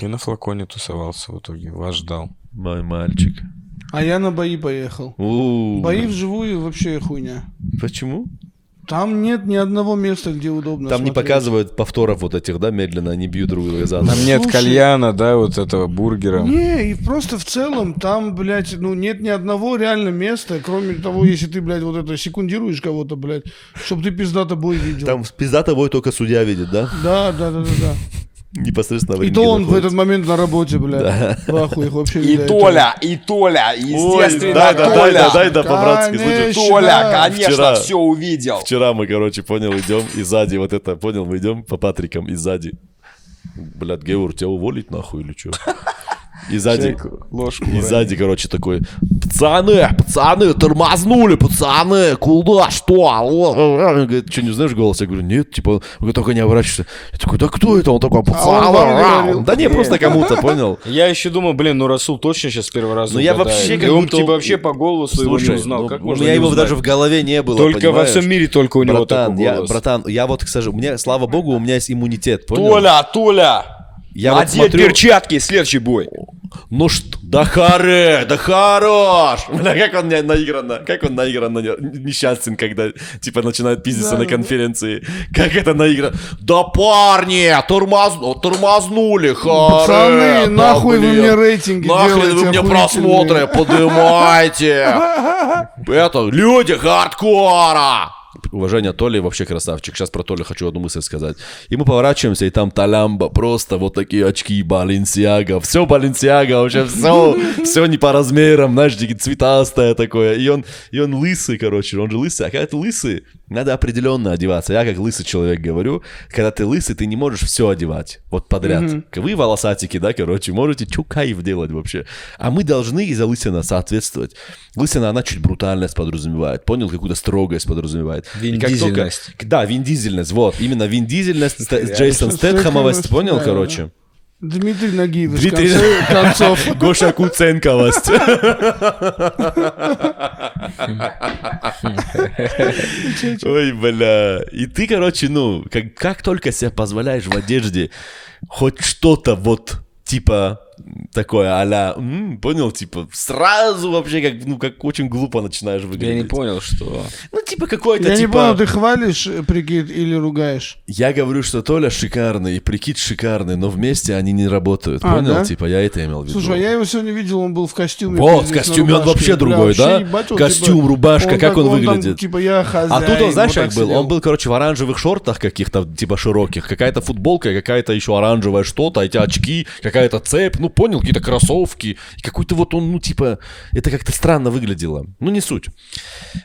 S4: И на флаконе тусовался в итоге, вас ждал.
S1: мой мальчик.
S3: А я на бои поехал.
S1: У,
S3: Бои вживую вообще хуйня.
S1: Почему?
S3: Там нет ни одного места, где удобно
S1: Там не
S3: смотреть.
S1: показывают повторов вот этих, да, медленно, они бьют друг друга за
S4: Там
S1: ногу.
S4: нет
S3: Слушай.
S4: кальяна, да, вот этого бургера.
S3: Не, и просто в целом там, блядь, ну нет ни одного реально места, кроме того, если ты, блядь, вот это секундируешь кого-то, блядь, чтобы ты пиздато бой видел.
S1: Там пизда тобой только судья видит, да?
S3: Да, да, да, да, да.
S1: Непосредственно в
S3: И
S1: ринге
S3: то он в
S1: находится.
S3: этот момент на работе, блядь. В ахуе вообще
S2: И
S3: видать.
S2: Толя, и Толя, естественно,
S1: Ой, да, да,
S2: Толя.
S1: да, да, да, да, по-братски. слушай.
S3: Конечно.
S2: Толя, конечно,
S1: Вчера.
S2: все увидел.
S1: Вчера мы, короче, понял, идем и сзади вот это, понял, мы идем по Патрикам и сзади. Блядь, Геур, тебя уволить нахуй или что? И сзади,
S4: Ложку.
S1: и сзади, короче, такой, пацаны, пацаны, тормознули, пацаны, куда, что? О, о, о». Говорит, что, не знаешь голос? Я говорю, нет, типа, он говорит, только не оборачивайся. Я такой, да кто это? Он такой, пацаны,
S3: А вам не
S1: рау».
S3: говорил?
S1: да не, просто кому-то, понял?
S4: Я еще думал, блин, ну Расул точно сейчас первый раз
S1: Ну, я
S4: угадает.
S1: вообще
S4: И
S1: как
S4: он
S1: будто-
S4: типа вообще по голосу его
S1: Слушай,
S4: не узнал.
S1: ну,
S4: как
S1: у
S4: можно
S1: меня
S4: не
S1: его
S4: узнать?
S1: даже в голове не было,
S4: Только во
S1: понимаешь?
S4: всем мире только у него
S1: Братан,
S4: такой
S1: я,
S4: голос.
S1: братан, я вот, к сожалению, мне, слава богу, у меня есть иммунитет, понял?
S2: Толя,
S4: а
S2: Толя,
S1: Я вот
S2: одеть
S1: смотрю-
S2: перчатки, следующий бой.
S1: Ну что, да харе, да хорош! Бля, как он на- наигранно, как он наигранно не- несчастен, когда, типа, начинает пиздиться
S3: Да,
S1: на
S3: да,
S1: конференции. Как это наигранно? Да парни, тормоз... о, тормознули, харе!
S3: Пацаны,
S1: да,
S3: нахуй вы
S1: блин,
S3: мне рейтинги
S1: Нахрен
S3: делаете
S1: вы мне
S3: охуительные».
S1: просмотры поднимаете! Это люди хардкора! Уважение, Толи вообще красавчик. Сейчас про Толю хочу одну мысль сказать. И мы поворачиваемся, и там Талямба, просто вот такие очки, Баленсиага. Все Баленсиага, вообще все, все не по размерам, знаешь, такие цветастое такое. И он, и он лысый, короче, он же лысый. А когда ты лысый, надо определенно одеваться. Я как лысый человек говорю, когда ты лысый, ты не можешь все одевать вот подряд. Вы волосатики, да, короче, можете чукаев делать вообще. А мы должны из-за лысина соответствовать. Лысина, она чуть брутальность подразумевает, понял, какую-то строгость подразумевает. И как только-
S4: Виндизельность.
S1: Да, виндизельность, вот, именно виндизельность, ста- Джейсон
S3: Стэтхэм,
S1: Стэтхэмовость, понял,
S3: да, да.
S1: короче?
S3: Дмитрий Нагиев из
S1: Дмитрий-
S3: конце- концов.
S1: Гоша Куценковость. Ой, бля. И ты, короче, ну, как, как только себе позволяешь в одежде хоть что-то вот, типа, такое а-ля, м, понял, типа, сразу вообще как, ну, как очень глупо начинаешь
S4: Я
S1: выглядеть.
S4: не понял, что...
S1: Ну, типа, какой-то,
S3: Я не
S1: типа...
S3: понял, ты хвалишь э, прикид или ругаешь?
S1: Я говорю, что Толя шикарный и прикид шикарный, но вместе они не работают,
S3: А,
S1: понял?
S3: да?
S1: Типа, я это имел в виду.
S3: Слушай, а я его сегодня видел, он был в костюме.
S1: Вот,
S3: пиздец,
S1: в
S3: на
S1: костюме он
S3: рубашке.
S1: вообще
S3: Бля,
S1: другой,
S3: вообще
S1: да?
S3: ебать, он,
S1: Костюм,
S3: типа,
S1: рубашка,
S3: он
S1: как
S3: так-
S1: он
S3: там,
S1: выглядит?
S3: типа я
S1: А
S3: хозяин.
S1: тут он, знаешь,
S3: вот
S1: как
S3: так
S1: был?
S3: сидел.
S1: Он был, короче, в оранжевых шортах каких-то, типа, широких. Какая-то футболка, какая-то еще оранжевая что-то, эти очки, какая-то цепь. ну понял, какие-то кроссовки, и какой-то вот он, ну типа, это как-то странно выглядело. Ну не суть.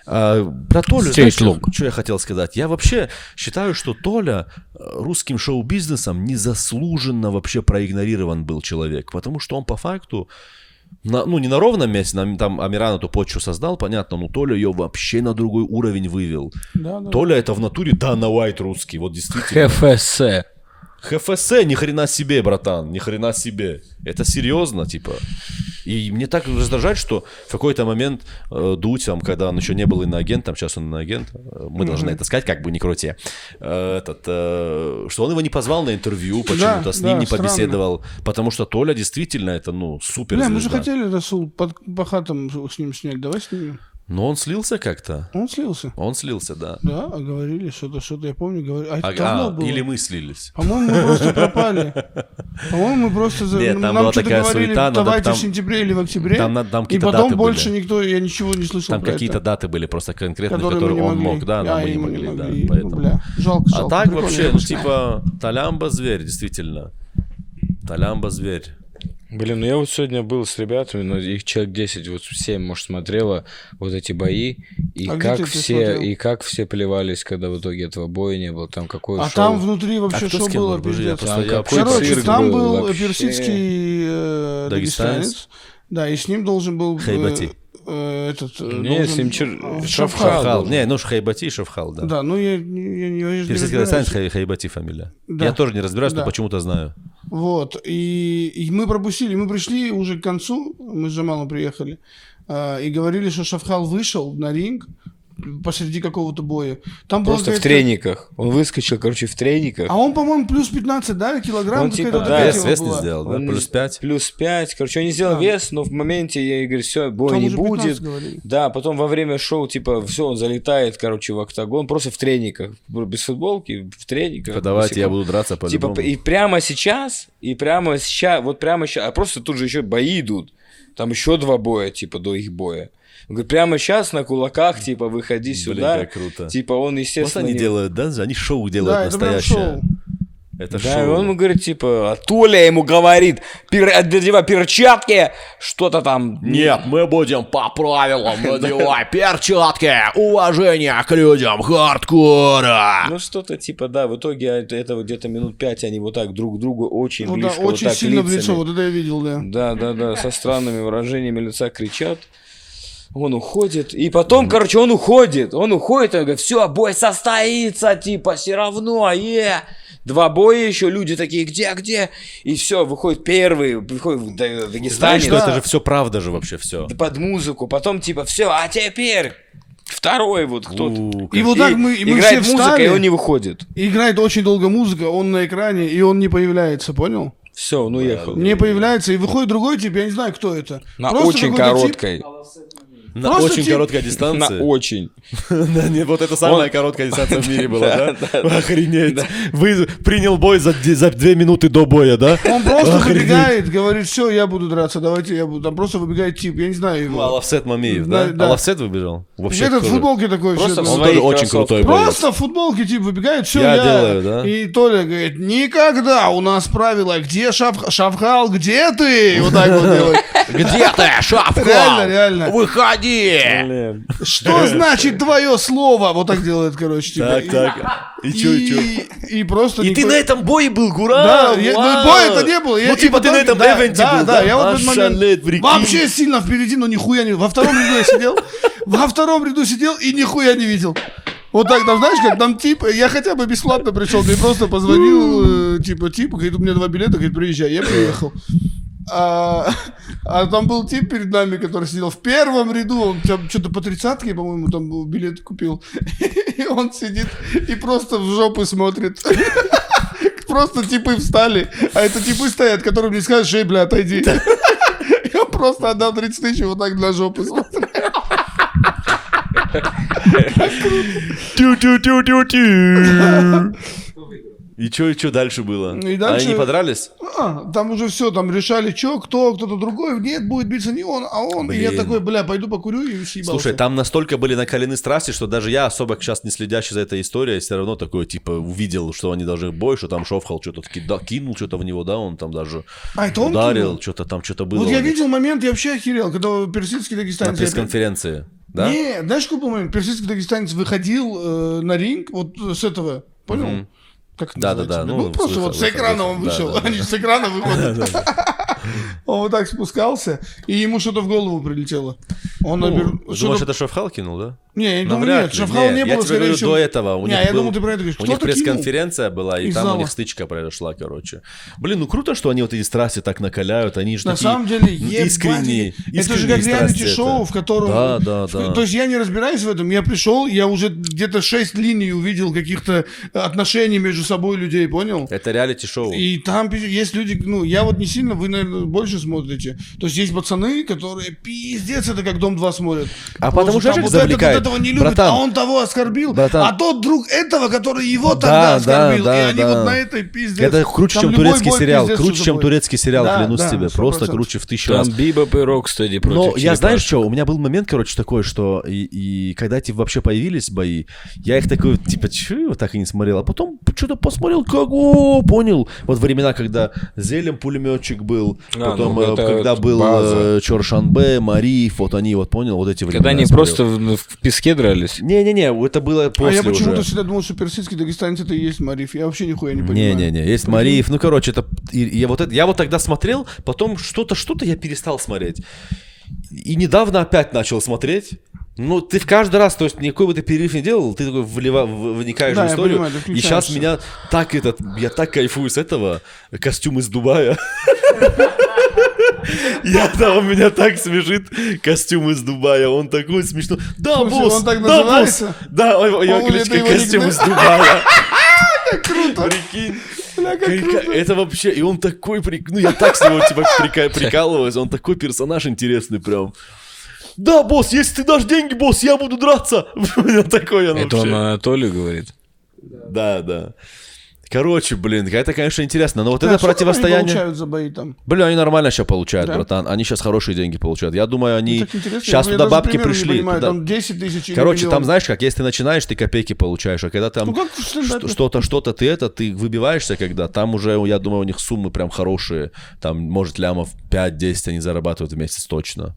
S1: А, про Толю,
S4: Стиль
S1: знаешь, что,
S4: лук.
S1: что я хотел сказать? Я вообще считаю, что Толя э, русским шоу-бизнесом незаслуженно вообще проигнорирован был человек, потому что он по факту на- ну, не на ровном месте, нам там Амиран эту почву создал, понятно, но Толя ее вообще на другой уровень вывел.
S3: Да, да.
S1: Толя это в натуре Дана Уайт русский, вот действительно.
S4: ХФС.
S1: ХФС ни хрена себе, братан, ни хрена себе. Это серьезно, типа. И мне так раздражает, что в какой-то момент э, Дудь, там, когда он еще не был иноагентом, сейчас он иноагент, э, мы должны это сказать, как бы не крути, э, этот, э, что он его не позвал на интервью почему-то,
S3: Да,
S1: с ним
S3: да,
S1: не
S3: странно.
S1: побеседовал, потому что Толя действительно это, ну, супер
S3: Бля, мы же хотели Расул под Пахатом с ним снять. Давай снимем.
S1: Но он слился как-то.
S3: Он слился.
S1: Он слился, да.
S3: Да, а говорили что-то, что-то, я помню, говорили. А это
S1: А-
S3: давно
S1: а,
S3: было.
S1: или мы слились.
S3: По-моему, мы просто пропали. По-моему, мы просто... за-
S1: Нет,
S3: ну,
S1: там
S3: Нам
S1: была
S3: что-то
S1: такая
S3: говорили,
S1: суета, надо
S3: давайте
S1: там-
S3: в сентябре или в октябре.
S1: там надо- там
S3: и
S1: какие-то
S3: потом
S1: даты
S3: больше
S1: были.
S3: никто, я ничего не слышал
S1: Там
S3: про
S1: какие-то
S3: это,
S1: даты были просто конкретные,
S3: которые,
S1: которые,
S3: мы не
S1: он
S3: могли.
S1: мог, да, но
S3: А,
S1: мы
S3: и
S1: не могли,
S3: могли.
S1: да,
S3: Ну,
S1: поэтому.
S3: бля, жалко,
S1: А
S3: жалко.
S1: так
S3: Прикольно,
S1: вообще,
S3: я
S1: ну
S3: бы сказал.
S1: типа, Талямба зверь, действительно. Талямба зверь.
S4: Блин, ну я вот сегодня был с ребятами, но их человек 10, вот 7, может, смотрело вот эти бои, и,
S3: А где ты
S4: как
S3: это
S4: все,
S3: смотрел?
S4: и как все плевались, когда в итоге этого боя не было, там какое
S3: А
S4: шоу.
S3: там внутри
S1: А
S3: вообще
S1: кто
S3: что
S1: с кем
S3: было,
S1: был? Боже, я
S3: пиздец.
S1: просто-
S4: Там
S1: я
S4: какой
S1: вообще-
S3: Короче,
S4: цирк
S3: там
S4: был
S3: был э,
S4: вообще.
S3: персидский э,
S1: Дагестанец?
S3: дагестанец. Да, и с ним должен был... э,
S1: Хайбати.
S3: э, Этот... э,
S4: Не, с
S3: должен-
S4: ним чер-
S3: э,
S4: Шавхал.
S1: Шавхал.
S4: был.
S1: Не, ну ж Хайбати, Шавхал, да.
S3: Да, ну я не я не- я же не
S1: Персидский
S3: разбираюсь.
S1: дагестанец, Хай- Хайбати фамилия.
S3: Да.
S1: Я тоже не разбираюсь, но
S3: Да.
S1: почему-то знаю.
S3: Вот, и, и мы пропустили, мы пришли уже к концу, мы с Джамалом приехали, а, и говорили, что Шавхал вышел на ринг посреди какого-то боя. Там была
S4: Просто в
S3: какая-то-
S4: трениках. Он выскочил, короче, в трениках.
S3: А он, по-моему, плюс 15, да, килограмм?
S4: Он
S3: какая-то
S4: типа,
S3: такая
S4: да.
S1: Вес,
S3: тема
S1: вес не
S3: была.
S1: сделал, да?
S4: Он
S1: Плюс
S4: не-
S1: 5.
S4: Плюс 5. Короче, он не сделал
S3: Да.
S4: вес, но в моменте я говорю, все, боя
S3: Там
S4: не
S3: уже 15
S4: будет.
S3: говорили.
S4: Да, потом во время шоу, типа, все, он залетает, короче, в октагон, просто в трениках, без футболки, в трениках.
S1: Давайте я
S4: босиком.
S1: буду драться по
S4: Типа, и прямо сейчас, и прямо сейчас, вот прямо сейчас, а просто тут же еще бои идут. Там еще два боя, типа, до их боя. Он говорит, прямо сейчас на кулаках, типа, выходи сюда.
S1: как круто.
S4: Типа, он,
S1: Вот
S4: естественно,
S1: они
S4: не-
S1: делают, да? Они шоу
S3: Да,
S1: делают
S3: это прям
S1: настоящее.
S3: шоу.
S1: Это
S4: Да, и он ему
S1: шоу.
S4: говорит, типа, а Толя ему говорит, пер... одевай перчатки, что-то там.
S1: Нет, мы будем по правилам надевать перчатки, уважение к людям хардкора.
S4: Ну, что-то типа, да, в итоге это, это вот где-то минут пять они вот так друг к другу очень
S3: Ну да,
S4: близко, вот
S3: очень
S4: так
S3: сильно в лицо,
S4: лицами.
S3: вот это я видел, да.
S4: Да, да, да, со странными выражениями лица кричат. Он уходит. И потом, короче, он уходит. Он уходит, он говорит, все, бой состоится, типа, все равно, е. Два боя еще, люди такие, где, где? И все, выходит первый, выходит в Даг-
S1: Знаешь,
S4: Дагестанец
S1: что это же все правда же вообще все.
S4: под музыку. Потом, типа, все, а теперь второй вот кто-то.
S1: У,
S3: И вот так мы, и мы
S4: играет
S3: все
S4: музыка,
S3: встали,
S4: и он не выходит.
S3: играет очень долго музыка, он на экране, и он не появляется, понял?
S4: Все, он уехал.
S3: Не появляется, и выходит другой тип, я не знаю, кто это.
S4: На
S3: Просто
S4: очень
S3: какой-то тип,
S4: короткой.
S1: На
S3: Просто
S1: очень
S3: тип-
S1: короткой
S4: На
S1: дистанции.
S4: очень.
S1: Да, не, вот это самая короткая дистанция в мире была, да? Охренеть. Вы принял бой за де- за две минуты до боя, да?
S3: Он просто
S1: Охренеть.
S3: выбегает, говорит, все, я буду драться, давайте я буду. Там просто выбегает тип, я не знаю его.
S1: Алавсет А Мамиев,
S3: Да,
S1: да?
S3: да.
S1: Алавсет выбежал? Вообще
S3: Этот в
S1: тоже.
S3: футболке такой всё,
S4: Просто в
S3: да.
S1: Он
S4: своих
S1: тоже очень
S4: кроссовках.
S1: крутой боец.
S3: Просто в футболке тип выбегает, все,
S1: Я
S3: я,
S1: делаю, да.
S3: И Толя говорит, никогда, у нас правило, где Шав... Шавхал, где ты? Вот так вот делает.
S1: Где ты, шапка?
S3: Реально, реально.
S1: Выходи!
S3: Что значит твое слово? Вот так делает, короче, типа.
S1: Так,
S3: И-
S1: так. И чё, и чё?
S3: И, и просто...
S1: И ты
S3: никто-
S1: на этом бое был, Гура!
S3: Да, я- ну, боя-то не было. я-
S1: Ну,
S3: и
S1: типа, ты
S3: потом-
S1: на этом
S3: да,
S1: эвенте
S3: да,
S1: был,
S3: да, я вот в этот
S1: Ошалеть,
S3: момент
S1: прикинь.
S3: вообще сильно впереди, но нихуя не... Во втором ряду я сидел, во втором ряду сидел и нихуя не видел. Вот так, там, знаешь, как там тип, я хотя бы бесплатно пришел, мне просто позвонил, э, типа, тип, говорит, у меня два билета, говорит, приезжай, я приехал. А, а там был тип перед нами, который сидел в первом ряду, он там что-то по тридцатке, по-моему, там был, билет купил. И он сидит и просто в жопу смотрит. Просто типы встали, а это типы стоят, которым не скажешь, эй, бля, отойди. Я просто отдал 30 тысяч и вот так для жопы смотрю.
S1: Тю-тю-тю-тю-тю. И чё, и чё дальше было?
S3: Ну, и дальше-
S1: Они не подрались?
S3: рано, А, там уже все, там решали, что, кто, кто-то другой, нет, будет биться не он, а он. И я
S1: Блин.
S3: такой, бля, пойду покурю и съебался.
S1: Слушай, там настолько были накалены страсти, что даже я, особо сейчас не следящий за этой историей, все равно такое, типа, увидел, что они должны бой, что там Шовхал что-то кида- кинул что-то в него, да, он там даже
S3: А, это он
S1: ударил,
S3: кинул?
S1: что-то там что-то было.
S3: Вот я
S1: у них
S3: видел момент, я вообще охерел, когда персидский
S1: на
S3: дагестанец...
S1: пресс-конференции, да?
S3: Не, знаешь, какой был момент? Персидский дагестанец выходил э, на ринг вот с этого, понял? Как это
S1: Да, да,
S3: называется,
S1: да, ну,
S3: блядь? Ну, просто
S1: слышал,
S3: вот с
S1: слышал,
S3: экрана
S1: слышал,
S3: он
S1: да,
S3: вышел,
S1: да, да.
S3: они же с экрана выходят. Он вот так спускался, и ему что-то в голову прилетело. Он
S1: Ну,
S3: обер-
S1: думаешь,
S3: что-то-
S1: это Шовхал кинул, да?
S3: Не, я не думаю,
S1: Навряд
S3: нет,
S1: ли.
S3: Шавхал не
S1: я
S3: было,
S1: тебе
S3: скорее
S1: говорю,
S3: всего.
S1: до этого у
S3: Не,
S1: них
S3: я
S1: был-
S3: думаю, ты про это говоришь.
S1: У них
S3: Кто-то кинул.
S1: пресс-конференция была, и
S3: Из
S1: там
S3: зала.
S1: у них стычка произошла, короче. Блин, ну круто, что они вот эти страсти так накаляют, они же
S3: На
S1: такие
S3: самом деле,
S1: искренние,
S3: ебать,
S1: искренние.
S3: это же как
S1: страсти
S3: реалити-шоу,
S1: это.
S3: в котором...
S1: Да, да, да.
S3: в- То есть я не разбираюсь в этом, я пришел, я уже где-то шесть линий увидел каких-то э, отношений между собой людей, понял?
S1: Это реалити-шоу.
S3: И там пи- есть люди, ну, я вот не сильно, вы, наверное, больше смотрите. То есть есть пацаны, которые пиздец, это как «Дом-2» смотрят.
S1: А
S3: Потому
S1: потому что
S3: там
S1: же
S3: вот
S1: завлекает.
S3: этот вот этого не любит,
S1: Братан.
S3: а он того оскорбил,
S1: Братан.
S3: а тот друг этого, который его
S1: да,
S3: тогда оскорбил.
S1: да,
S3: и они
S1: да.
S3: вот на этой пиздец.
S1: Это круче,
S3: Там
S1: чем
S3: любой
S1: турецкий
S3: бой
S1: сериал.
S3: пиздец
S1: Круче, чем
S3: чужой.
S1: турецкий сериал,
S3: Да,
S1: клянусь
S3: да,
S1: тебе. Просто
S3: 100%.
S1: круче в тысячу раз.
S4: Там Бибоп и Рокстеди против
S1: Но я,
S4: Черепашек.
S1: знаешь что, у меня был момент, короче, такой, что и, и когда эти вообще появились бои, я их такой, типа, чего так и не смотрел, а потом что-то посмотрел, как, о, понял. Вот времена, когда Зелем пулеметчик был,
S4: А,
S1: потом,
S4: ну,
S1: э,
S4: это
S1: когда был
S4: база.
S1: э, Чоршанбе, Мариев, вот они, вот понял, вот эти времена.
S4: Когда они
S1: я смотрел.
S4: просто в, в песке
S3: Ну,
S4: дрались.
S1: Не-не-не, это было
S3: А
S1: после
S3: я почему-то
S1: уже.
S3: всегда думал, что персидский дагестанец это и есть Мариф. Я вообще нихуя не понимаю.
S1: Не-не-не, есть Мариев. Ну, короче, это. и- и я, вот это, я вот тогда смотрел, потом что-то, что-то я перестал смотреть. И недавно опять начал смотреть. Ну, ты в каждый раз, то есть никакой бы ты перерыв не делал, ты такой влива- в- вникаешь
S3: Да,
S1: в
S3: я
S1: историю.
S3: понимаю, ты
S1: и сейчас
S3: включаешься.
S1: меня так этот, я так кайфую с этого. Костюм из Дубая. Я там, у меня так смешит костюм из Дубая, он такой смешной. Да,
S3: смысле,
S1: босс,
S3: он
S1: да,
S3: так
S1: босс.
S3: называется?
S1: Да, ой, его
S3: По-моему, это
S1: кличка
S3: его
S1: костюм
S3: никнейм.
S1: из Дубая.
S3: Круто.
S1: Прикинь.
S3: Бля, как
S1: Как-
S3: круто.
S1: Это вообще, и он такой прик... Ну, я так с него типа прика- прикалываюсь, он такой персонаж интересный прям. Да, босс, если ты дашь деньги, босс, я буду драться. У меня такой он
S4: Это он а?
S1: вообще.
S4: Анатолий говорит.
S1: Да, да. Короче, блин, это, конечно, интересно, но вот
S3: Да,
S1: это
S3: сколько они
S1: противостояние...
S3: получают за бои там?
S1: Блин, они нормально сейчас получают,
S3: Да? Ну,
S1: братан. Они сейчас хорошие деньги получают. Я думаю, они
S3: Так интересно,
S1: сейчас
S3: я
S1: туда
S3: даже
S1: бабки
S3: примерно не
S1: пришли.
S3: понимаю,
S1: туда-
S3: Там 10 тысяч или
S1: Короче,
S3: миллион.
S1: там, знаешь, как если ты начинаешь, ты копейки получаешь, а когда там
S3: Ну как в стендапе?
S1: что- что-то, что-то ты это, ты выбиваешься, когда там уже, я думаю, у них суммы прям хорошие. Там, может, лямов 5-10 они зарабатывают в месяц точно.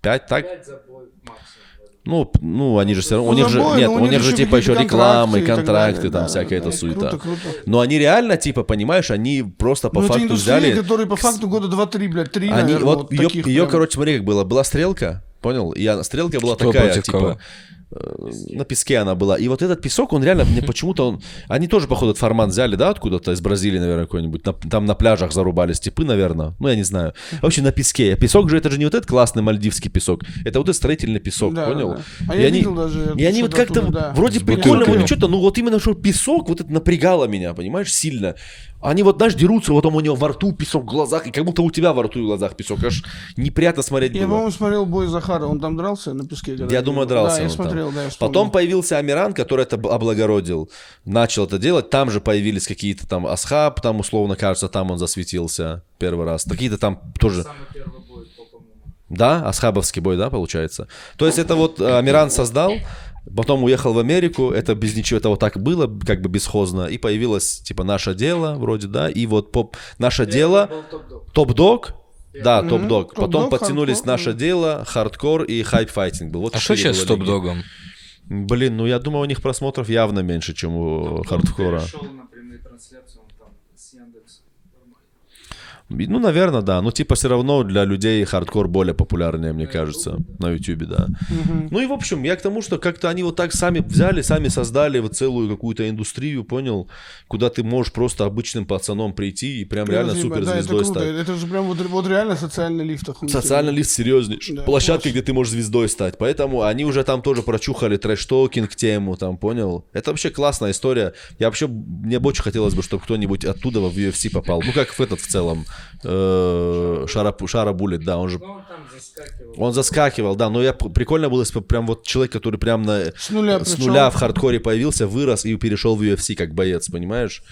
S1: 5, так?
S5: Пять за бой максимум.
S1: Ну, п- ну, они же все равно, у
S3: Ну,
S1: них же,
S3: забой,
S1: нет,
S3: но
S1: у них же типа еще
S3: какие-то
S1: рекламы,
S3: контракты и так
S1: контракты,
S3: далее,
S1: там
S3: да,
S1: всякая
S3: да,
S1: эта
S3: да.
S1: суета.
S3: Круто, круто.
S1: Но они реально, типа, понимаешь, они просто по
S3: ну, это
S1: факту
S3: индустрия,
S1: взяли...
S3: которой по факту года 2-3, блядь, 3,
S1: Они,
S3: наверное,
S1: вот ее,
S3: таких
S1: ее,
S3: прям.
S1: короче, смотри, как было. Была стрелка, понял? И она- стрелка была
S4: Кто
S1: такая,
S4: против
S1: типа,
S4: кого?
S1: э, на песке она была. И вот этот песок, он реально мне почему-то он... Они тоже, походу, этот формат взяли, да, откуда-то из Бразилии, наверное, какой-нибудь. На- там на пляжах зарубались типы, наверное. Ну, я не знаю. Вообще на песке. А Песок же, это же не вот этот классный мальдивский песок. Это вот этот строительный песок,
S3: Да,
S1: понял?
S3: да. А я видел даже
S1: И они вот
S3: что-то
S1: как-то
S3: оттуда, да.
S1: вроде
S4: С
S1: прикольно,
S4: бутылками.
S1: вроде что-то, ну вот именно что песок, вот это напрягало меня, понимаешь, сильно. Они вот, знаешь, дерутся, вот там у него во рту песок в глазах, и как будто у тебя во рту и в глазах песок. Аж неприятно смотреть
S3: Я,
S1: было.
S3: по-моему, смотрел бой Захара, он там дрался на песке? когда
S1: Я
S3: был?
S1: думаю, дрался.
S3: Да,
S1: он
S3: я
S1: там.
S3: смотрел, да, я вспомнил.
S1: Потом появился Амиран, который это б- облагородил, начал это делать. Там же появились какие-то там Асхаб, там условно кажется, там он засветился первый раз. Какие-то там тоже,
S5: Самый первый бой, по-моему.
S1: да, Асхабовский бой, да, получается. То есть это вот э, Амиран создал, потом уехал в Америку, это без ничего, это вот так было, как бы бесхозно, и появилось типа наше дело вроде, да, и вот поп наше дело.
S5: Был топ-дог.
S1: Топ-дог? Да,
S3: Э, Мгм.
S1: топ-дог. Потом
S3: Топ-дог,
S1: подтянулись
S3: хардкор,
S1: наше
S3: да.
S1: дело, хардкор и хайп-файтинг был. Вот
S4: А что
S1: четыре
S4: сейчас с
S1: было лиги.
S4: топ-догом?
S1: Блин, ну я думаю, у них просмотров явно меньше, чем
S3: Ну,
S1: у э,
S5: Топ-дог
S1: хардкора.
S5: перешел на прямые трансляции, он там с Яндекс.
S1: И, Ну, наверное, да. Но типа все равно для людей хардкор более популярнее,
S3: Э,
S1: мне кажется, на Ютубе, да. Ну и в общем, я к тому, что как-то они вот так сами взяли, сами создали вот целую какую-то индустрию, понял, куда ты можешь просто обычным пацаном прийти и прям реально
S3: Разъебать. Да, это
S1: суперзвездой
S3: круто.
S1: стать.
S3: Это же прям вот, вот реально социальный лифт охуительный.
S1: Социальный лифт серьезный.
S3: Да,
S1: Площадка,
S3: класс.
S1: где ты можешь звездой стать. Поэтому они уже там тоже прочухали трэш-токинг тему, там, понял? Это вообще классная история. Я вообще, мне бы очень хотелось бы, чтобы кто-нибудь оттуда в UFC попал. Ну, как в этот в целом. э, Шара, Шара Буллет, да, он же...
S5: Но Ну, он там заскакивал.
S1: Он заскакивал, да, но я п- прикольно было, если бы прям вот человек, который прям на э,
S3: С нуля
S1: с
S3: пришел.
S1: нуля в хардкоре появился, вырос и перешел в UFC как боец, понимаешь?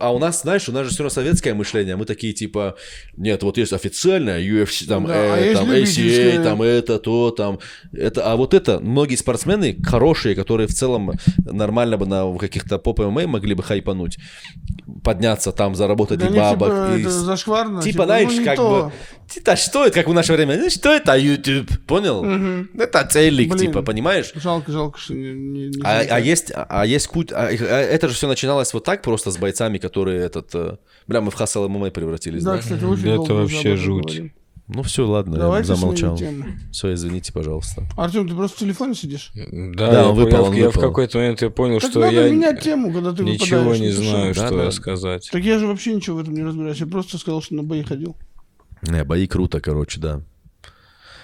S1: А у нас, знаешь, у нас же все равно советское мышление. Мы такие типа, нет, вот есть официальное UFC, там,
S3: Да,
S1: э,
S3: а есть
S1: там
S3: любительское.
S1: ACA, там это, то, там это. А вот это многие спортсмены хорошие, которые в целом нормально бы на в каких-то поп ММА могли бы хайпануть, подняться там, заработать
S3: Для
S1: и
S3: них,
S1: бабок.
S3: типа,
S1: и
S3: это
S1: с-
S3: зашкварно.
S1: Типа, знаешь,
S3: ну, не
S1: как
S3: то.
S1: бы... «Ти- Да Типа, а что это, как в наше время? «Ну, Что это YouTube? Понял? Это целик,
S3: Блин.
S1: типа, понимаешь?
S3: Жалко, жалко, что не... не- не
S1: А, а
S3: знаю.
S1: есть, а, а есть куть, а, их- а это же все начиналось вот так просто с бойцами, которые этот, э, бля, мы в Хасал ММА превратились, да?
S3: Да, кстати, очень
S4: Да это
S3: долго мы
S4: вообще
S3: об этом
S4: жуть.
S3: говорим.
S1: Ну все, ладно,
S3: Давайте
S1: я
S3: сменим
S1: замолчал.
S3: тему.
S1: Все, извините, пожалуйста.
S3: Артем, ты просто в телефоне сидишь?
S4: Да,
S1: Да,
S4: я
S1: он
S4: понял,
S1: выпал, он
S4: я в
S1: выпал.
S4: какой-то момент я понял,
S3: Так
S4: что
S3: надо
S4: я
S3: менять тему, когда ты
S4: ничего
S3: выпадаешь,
S4: не
S3: ну ты
S4: знаю,
S3: что?
S1: Да,
S4: что
S1: да.
S4: сказать.
S3: Так я же вообще ничего в этом не разбираюсь. Я просто сказал, что на бои ходил.
S1: Не, Э, бои круто, короче, да.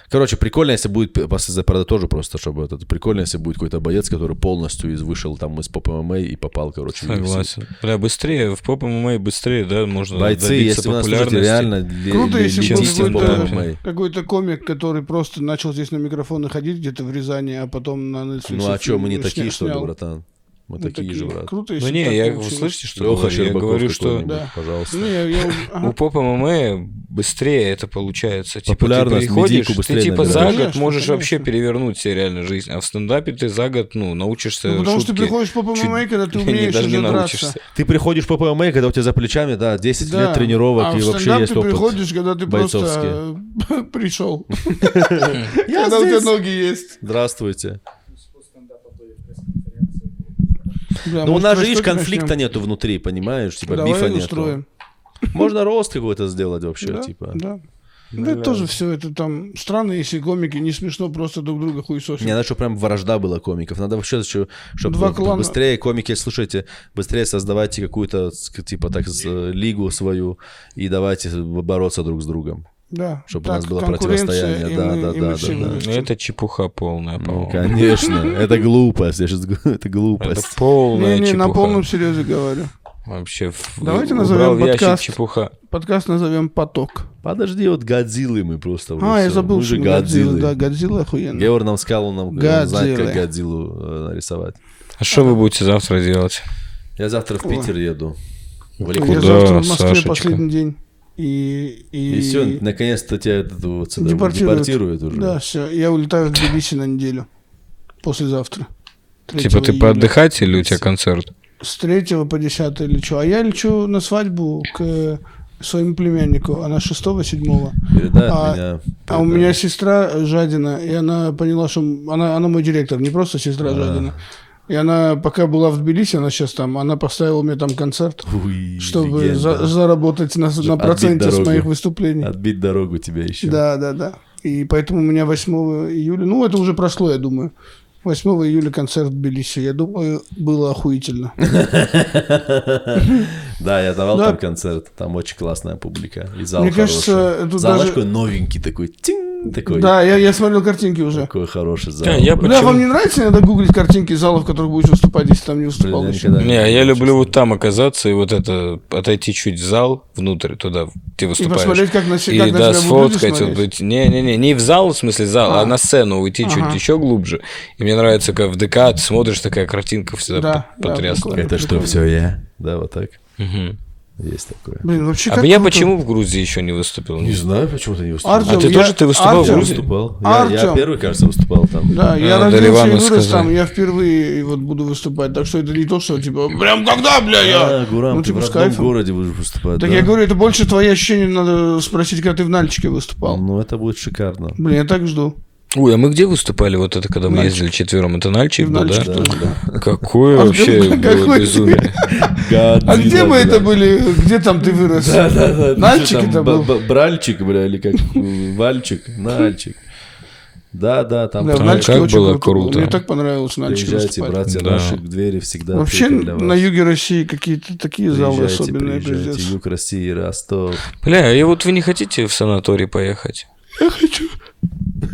S1: Короче, прикольно, если будет, п- после Зепарда тоже просто, чтобы этот, прикольно, если будет какой-то боец, который полностью из, вышел там из поп ММА и попал, короче, в UFC.
S4: Согласен. Бля, быстрее, в поп ММА быстрее, да, можно
S1: Бойцы,
S4: добиться
S1: если вы нас слушаете,
S4: популярности.
S1: реально ле-
S3: Круто,
S1: ле-
S3: если
S4: бы
S1: летите
S4: вы
S1: в
S4: были-
S1: поп ММА.
S3: Какой-то комик, который просто начал здесь на микрофоны ходить где-то в Рязани, а потом на Netflix.
S1: Ну а что, мы не
S3: сня-
S1: такие, что ли,
S3: снял.
S1: братан? Мы
S3: Ну,
S1: такие же, брат.
S3: Круто,
S4: Ну
S3: если так
S4: не, я, вы
S3: получилось.
S4: слышите, что
S1: Леха
S4: говорю? я
S1: Щербаков
S4: говорю, что
S1: какой-нибудь,
S3: Да.
S1: пожалуйста.
S3: Ну, я, я-
S4: у
S3: ага.
S4: поп ММА быстрее это получается. Типа ты
S1: Популярность,
S4: приходишь,
S1: медийку быстрее
S4: ты типа за
S1: набираешь.
S4: год
S3: Конечно,
S4: можешь вообще
S3: конечно.
S4: перевернуть себе реально жизнь, а в стендапе ты за год, ну, научишься
S3: Ну, потому что ты
S4: шутки.
S3: приходишь по ММА,
S4: чуть-
S3: когда ты
S4: не,
S3: умеешь
S4: даже не
S3: уже
S4: научишься.
S3: драться.
S1: Ты приходишь по ПМА, когда у тебя за плечами, да, 10
S3: Да.
S1: лет тренировок
S3: а
S1: и
S3: в
S1: вообще
S3: стендап
S1: есть
S3: ты
S1: опыт.
S3: приходишь, когда ты просто э, пришел. Когда у тебя ноги есть.
S1: Здравствуйте.
S5: После стендапа были пресс-конференции.
S1: ну, у
S3: Да, А может,
S1: нас же,
S3: про
S1: видишь,
S3: что-то
S1: конфликта
S3: начнем?
S1: нету внутри, понимаешь? Типа, бифа
S3: Давай
S1: нету.
S3: устроим.
S1: Можно рост какой-то сделать вообще,
S3: Да,
S1: типа.
S3: Да. Да это тоже все это там странно, если комики не смешно просто друг друга
S1: Не,
S3: хуесосят.
S1: надо, чтобы прям вражда была комиков. Надо вообще, чтобы
S3: Два клана.
S1: быстрее комики, слушайте, быстрее создавайте какую-то, ск- типа так, с- э, лигу свою и давайте бороться друг с другом.
S3: Да.
S1: Чтобы у
S3: так,
S1: нас было
S3: конкуренция,
S1: противостояние,
S3: и
S1: да,
S3: мы-
S1: да,
S3: и
S1: да,
S3: мы
S1: да,
S3: все
S1: да.
S4: Ну,
S3: вырастем.
S4: это чепуха полная,
S1: Ну,
S4: по-моему.
S1: конечно. Это глупость. Я сейчас говорю, это
S4: Это
S1: глупость.
S4: полная
S3: Ну, Не, не, на
S4: чепуха.
S3: полном серьезе говорю.
S4: Вообще, в-
S3: Давайте
S4: убрал
S3: назовем
S4: в ящик
S3: подкаст.
S4: чепуха.
S3: Подкаст назовем «Поток».
S1: Подожди, вот Годзиллы мы просто. уже
S3: А, я
S1: всё.
S3: забыл,
S1: Мы же
S3: что Годзилла.
S1: Годзиллы.
S3: Да, Годзилла охуенно.
S1: Геор нам сказал, он нам он знает, как Годзиллу э, нарисовать.
S4: А что вы будете завтра делать?
S1: Я завтра в
S3: О.
S1: Питер еду. В
S3: Я
S1: Ликур.
S4: Куда,
S3: завтра в Москве
S4: Сашечка?
S3: последний день. И, и...
S1: И все, наконец-то тебя этот вот сюда
S3: Депортируют.
S1: депортируют уже.
S3: Да, все. Я улетаю в Тбилиси на неделю. Послезавтра. 3
S4: Типа ты
S3: июля.
S4: поотдыхать или у тебя концерт?
S3: С 3 по 10 лечу. А я лечу на свадьбу к э, своему племяннику. Она 6-7.
S1: Передай
S3: А-
S1: от меня.
S3: А у меня сестра э, жадина, и она поняла, что м- она, она мой директор, не просто
S1: А.
S3: сестра жадина. И она, пока была в Тбилиси, она сейчас там, она поставила мне там концерт,
S1: Уй,
S3: чтобы
S1: легенда.
S3: за- заработать на, на
S1: Отбить
S3: проценте с
S1: дорогу.
S3: моих выступлений.
S1: Отбить дорогу тебе еще.
S3: Да, да, да. И поэтому у меня 8 июля, ну это уже прошло, я думаю. 8 июля концерт в Тбилиси. Я думаю, было охуительно.
S1: Да, я давал
S3: Да.
S1: там концерт. Там очень классная публика. И зал
S3: Мне кажется,
S1: хороший.
S3: тут
S1: Зал
S3: даже-
S1: знаешь, какой новенький такой. Тинь, такой.
S3: Да, я, я смотрел картинки уже.
S1: Такой хороший зал.
S4: Да, я бы-
S1: Блин,
S3: Бля,
S4: Почему?
S3: вам не нравится иногда гуглить картинки залов, в которых будешь выступать, если там не
S1: я
S3: выступал еще?
S1: никогда
S4: Не, я люблю вот там оказаться и вот это отойти чуть в зал внутрь туда, где
S3: И
S4: выступаешь.
S3: посмотреть, как на, се-
S4: И
S3: как на
S4: да,
S3: себя будут люди
S4: сфоткать. вот
S3: смотреть.
S4: быть- Не-не-не, не в зал, в смысле зал, а,
S3: А.
S4: на сцену уйти чуть
S3: Ага.
S4: еще глубже. И мне нравится, как в ДК ты смотришь, такая картинка всегда
S3: Да,
S4: по-
S3: да,
S4: потрясная.
S3: буквально.
S1: Это что,
S3: Прикольно.
S1: все я? Да, вот так.
S4: Мгм.
S1: Есть такое.
S3: Блин, вообще
S4: А
S3: как
S4: я
S3: круто.
S4: почему в Грузии еще не выступил? Не
S1: знаю, почему ты не
S3: Артем,
S4: А ты
S3: я-
S4: тоже- ты выступал в
S1: Я
S3: Артем,
S4: Грузии?
S1: выступал. Я, я
S3: Артем.
S1: первый, кажется, выступал там.
S3: Да, я
S4: А,
S3: родился и
S4: Доливану
S3: вырос
S4: сказали.
S3: там, я впервые вот буду выступать, так что это не то, что типа, прям когда, бля, я...
S1: А, Гурам,
S3: ну,
S1: ты
S3: типа,
S1: в
S3: с
S1: родном
S3: кайфом.
S1: городе будешь выступать.
S3: Так
S1: да.
S3: я говорю, это больше твои ощущения надо спросить, когда ты в Нальчике выступал.
S1: Ну, это будет шикарно.
S3: Блин, я так жду.
S4: Ой, а мы где выступали вот это, когда мы
S3: Нальчик.
S4: ездили четвером? Это Нальчик
S3: В
S4: был, Типа, да?
S3: Нальчик тоже, да.
S4: Какое
S3: А
S4: вообще
S3: где-
S4: было
S3: какой-
S4: безумие.
S3: А где мы это были? Где там ты вырос?
S1: Да, да, да.
S3: Нальчик это был.
S1: Бральчик, бля, или как? э, Вальчик, Нальчик. Да, да, там
S3: Бля, в
S4: Там
S1: приезжайте,
S3: Нальчике
S4: А как
S3: очень
S4: было
S3: было.
S4: круто.
S3: Мне так понравилось в Нальчике
S1: приезжайте,
S3: выступать.
S1: братья,
S4: Да.
S1: наши двери всегда
S3: Вообще
S1: открыты для вас.
S3: на юге России какие-то такие залы
S1: Приезжайте,
S3: особенные,
S1: приезжайте,
S3: пиздец.
S1: Юг России, Ростов.
S4: Бля, и вот вы не хотите в санаторий поехать?
S3: Я хочу.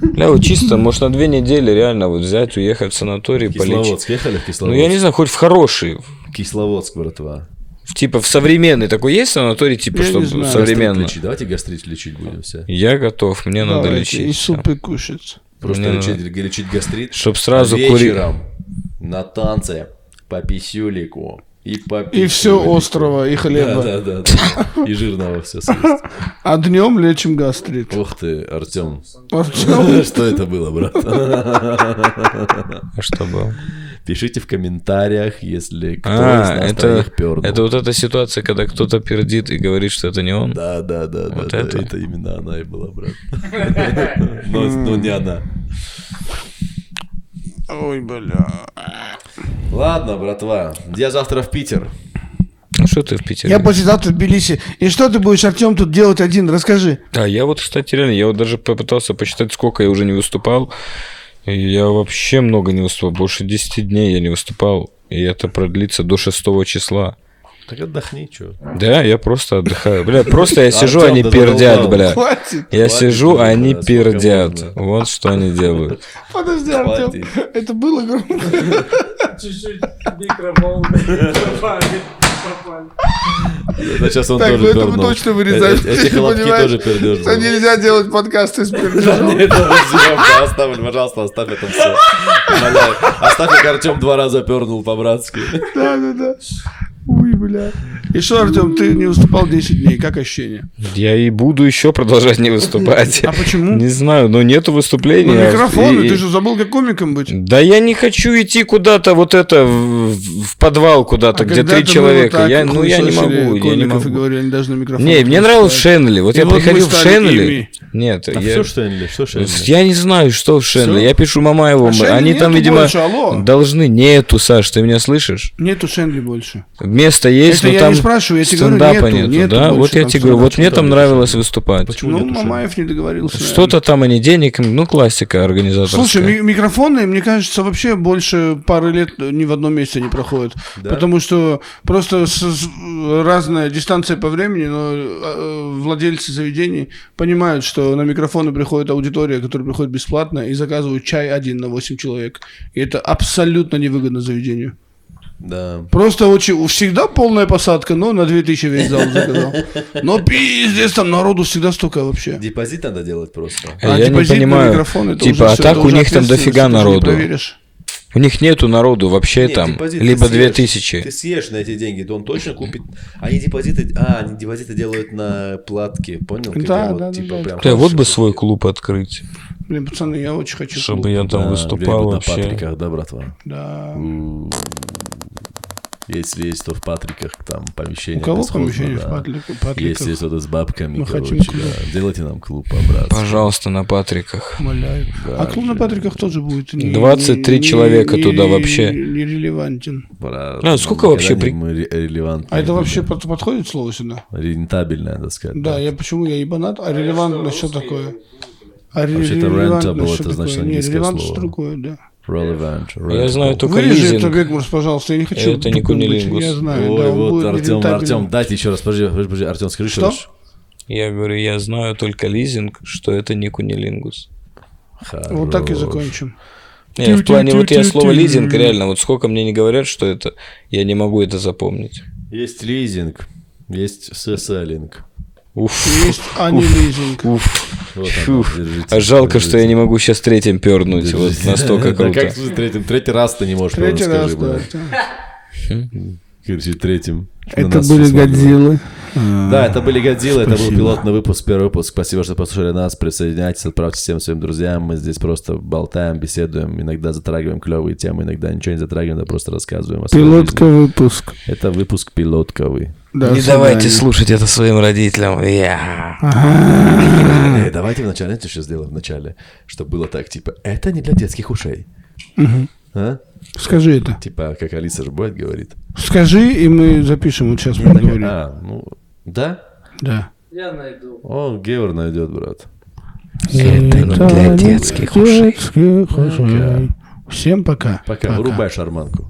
S4: Бля, вот чисто, может, на две недели реально вот взять, уехать в санаторий, полечить.
S1: Кисловодск, ехали в
S4: Ну,
S1: Кисловодск?
S4: я не знаю, хоть в хороший, в-
S1: Кисловодск, братва.
S4: в- типа в современный такой есть санаторий, типа,
S3: Я не
S4: чтобы
S3: знаю.
S4: современно.
S1: Гастрит лечить. Давайте гастрит лечить будем все.
S4: Я готов, мне надо
S3: Давайте, И
S4: лечить.
S3: супы кушать.
S1: Просто
S4: Не
S1: лечить, лечить гастрит.
S4: Чтоб сразу курить.
S1: вечером на танце по писюлику. И попить.
S3: И все острого, и
S1: Да,
S3: хлеба.
S1: да, да, да. И жирного все съесть.
S3: А днем лечим гастрит. А
S1: Ух ты, Артем.
S3: Артём,
S1: Что это было, брат?
S4: А что было?
S1: Пишите в комментариях, если кто из
S4: А,
S1: нас
S4: это,
S1: троих пёрнул.
S4: это вот эта ситуация, когда кто-то пердит и говорит, что это не он.
S1: Да, да, да, да,
S4: Вот
S1: да,
S4: это?
S1: это именно она и была, брат. Но но не она.
S3: Ой, бля.
S1: Ладно, братва, я завтра в Питер.
S4: Ну что ты в Питере?
S3: Я послезавтра в Тбилиси. И что ты будешь, Артем, тут делать один? Расскажи.
S4: А я вот, кстати, реально, я вот даже попытался посчитать, сколько я уже не выступал. И я вообще много не выступал. Больше 10 дней я не выступал. И это продлится до 6 числа.
S1: Так отдохни, чё.
S4: Да, я просто отдыхаю. Бля, просто я сижу,
S1: Артём,
S4: они
S1: да
S4: пердят,
S1: задолбал.
S4: бля.
S3: Хватит.
S4: Я
S1: Хватит
S4: сижу,
S1: уже,
S4: а они
S1: да, сколько
S4: пердят.
S1: можно.
S4: Вот что они делают.
S3: Подожди, Артем.
S1: Хватит.
S3: Это было грубо.
S5: Чуть-чуть микроволны попали. попали.
S1: Да, сейчас он
S3: Так, ну
S1: тоже
S3: это мы
S1: пернул.
S3: точно вырезаем.
S1: Э- э- Эти
S3: Ты
S1: хлопки
S3: понимаешь,
S1: тоже пердёж.
S3: Что нельзя делать подкасты с пердежом.
S1: Нет, друзья, да, оставь, пожалуйста, оставь это все. Оставь, как Артем два раза пернул по-братски.
S3: Да, да, да. Уй, бля. И что, Артем, ты не выступал 10 дней. Как ощущение?
S4: Я и буду еще продолжать не выступать.
S3: А почему?
S4: Не знаю, но нету
S3: Ну,
S4: выступления.
S3: микрофоны,
S4: И-
S3: ты же забыл, как комиком быть.
S4: Да я не хочу идти куда-то вот это в, в подвал куда-то,
S3: А
S4: где три
S3: когда-то мы
S4: человека.
S3: вот так
S4: я, ну я не
S3: услышали
S4: могу, я не
S3: комиков и
S4: могу.
S3: говорили, они даже на микрофон.
S4: Не, мне нравился Шенли. Вот
S3: И
S4: я
S3: вот мы
S4: приходил в
S3: стали
S4: Шенли.
S3: ими.
S4: Нет,
S1: А
S4: я...
S1: все, что ли? Что что
S4: Я не знаю, что в Шенли.
S1: Всё?
S4: Я пишу Мамаеву.
S3: А Шенли
S4: Они
S3: нету
S4: там, видимо,
S3: больше, алло.
S4: должны. Нету, Саш, ты меня слышишь?
S3: Нету Шенли больше.
S4: Место есть,
S3: Это
S4: но
S3: я
S4: там
S3: не спрашиваю, я тебе говорю,
S4: стендапа
S3: нету, нету
S4: да?
S3: больше
S4: вот я
S3: там
S4: тебе говорю, вот
S3: стендапа.
S4: мне там нравилось выступать.
S3: Ну, Мамаев не договорился.
S4: Что-то там они денег, ну классика организаторская.
S3: Слушай, ми- микрофоны, мне кажется, вообще больше пары лет ни в одном месте не проходят. Потому что просто с- с- разная дистанция по времени, но э, владельцы заведений понимают, что на микрофоны приходит аудитория, которая приходит бесплатно, и заказывают чай один на 8 человек. И это абсолютно невыгодно заведению.
S1: Да.
S3: Просто очень, всегда полная посадка, но на 2000 весь зал заказал. Но пиздец, там народу всегда столько вообще.
S1: Депозит надо делать просто.
S4: А я не
S3: депозит на
S4: понимаю,
S3: микрофон это
S4: типа,
S3: уже
S4: а
S3: всё,
S4: так
S3: это
S4: у
S3: уже
S4: них там
S3: ответственность,
S4: дофига
S3: это уже не
S4: народу.
S3: проверишь.
S4: У них нету народу вообще
S1: Нет,
S4: там
S1: депозит ты
S4: либо
S1: съешь.
S4: две тысячи.
S1: Ты съешь на эти деньги, то он точно купит. Они депозиты, а, они депозиты делают на платке, понял? Когда
S3: Да,
S1: вот,
S3: да, да,
S1: типа,
S3: да.
S1: прям
S4: Да, вот
S1: хорошие
S4: бы свой
S1: штуки.
S4: клуб открыть,
S3: Блин, пацаны, я очень хочу.
S4: чтобы
S3: клуб.
S4: я там
S1: Да,
S4: выступал
S1: где-нибудь А, на
S4: вообще.
S1: патриках, да, братва?
S3: Да.
S1: Если есть, то в патриках там
S3: У
S1: помещение.
S3: кого
S1: бесхозно,
S3: помещение
S1: да.
S3: в патлику?
S1: Если есть
S3: Патликах?
S1: что-то с бабками,
S3: Мы хотим
S1: короче,
S3: клуб.
S1: да. Делайте нам клуб, обратно.
S4: Пожалуйста, на патриках.
S3: Умоляю. а клуб на
S1: блин.
S3: Патриках тоже будет. Не-
S4: 23
S3: не-
S4: человека
S3: не-
S4: туда вообще.
S3: Не релевантен.
S1: Братан,
S4: ну сколько
S1: никогда
S4: вообще
S1: не
S4: при-
S1: Мы ре- релевантные
S3: А это
S1: люди.
S3: вообще под- подходит слово сюда?
S1: Рентабельное, так сказать.
S3: Да, я почему я ебанат, а релевантно что такое? А ре-
S1: Вообще-то
S3: релевантно
S1: rentable,
S3: что
S1: это значит
S3: такое? Не,
S1: английское
S3: релевантно
S1: слово.
S3: что такое, да.
S1: Relevant,
S4: А Я
S1: rentable.
S4: знаю только
S3: Вырежи это,
S4: лизинг.
S3: Бекмурс, пожалуйста, я не хочу.
S4: Это не
S3: тупым быть,
S4: кунилингус.
S3: Я знаю, да,
S1: Ой,
S3: он
S1: вот,
S3: будет
S1: Артем,
S3: нерентабельным.
S1: Артем, дайте еще раз, подожди, подожди, подожди, Артем, скажи еще
S3: Что?
S1: раз.
S4: Я говорю, я знаю только лизинг, что это не кунилингус.
S3: Вот так и
S1: Хорош.
S3: закончим.
S4: Не, в плане, вот я слово лизинг, реально, вот сколько мне не говорят, что это, я не могу это запомнить.
S1: Есть лизинг, есть сесалинг.
S4: Уф. Ну,
S3: Есть а анилизинг.
S1: Вот
S4: Фу.
S1: оно, держите,
S4: А жалко,
S1: держите.
S4: что я не могу сейчас третьим пернуть, вот
S1: Держите.
S4: настолько
S1: Да как
S4: круто.
S1: слушай, третьим? Третий раз ты не можешь,
S3: Третий
S1: правда,
S3: раз,
S1: скажи,
S3: да.
S1: брат. Короче, третьим. На
S3: Это
S1: нас
S3: были
S1: посмотрел.
S3: Годзиллы.
S1: Да, это были Годзиллы, это был
S3: Спасибо.
S1: пилотный выпуск, первый выпуск. Спасибо, что послушали нас. Присоединяйтесь, отправьте всем своим друзьям. Мы здесь просто болтаем, беседуем, иногда затрагиваем клевые темы, иногда ничего не затрагиваем, да просто рассказываем о своей
S3: Пилотка выпуск.
S1: жизни. Это выпуск пилотковый.
S3: Да,
S4: Не
S3: свидания.
S4: давайте слушать это своим родителям. Я.
S1: Э, Давайте вначале, знаете, что сделаем вначале? Чтобы было так, типа, это не для детских ушей. А?
S3: Скажи это.
S1: Типа, как Алиса же будет говорит.
S3: Скажи, и мы запишем. Вот сейчас поговорим.
S1: А, ну, да?
S3: Да.
S5: Я найду.
S1: О, Гевр найдет, брат.
S4: Это не Ну, для
S3: не
S4: детских ушей.
S3: детских ушей. Всем пока.
S1: Пока, вырубай шарманку.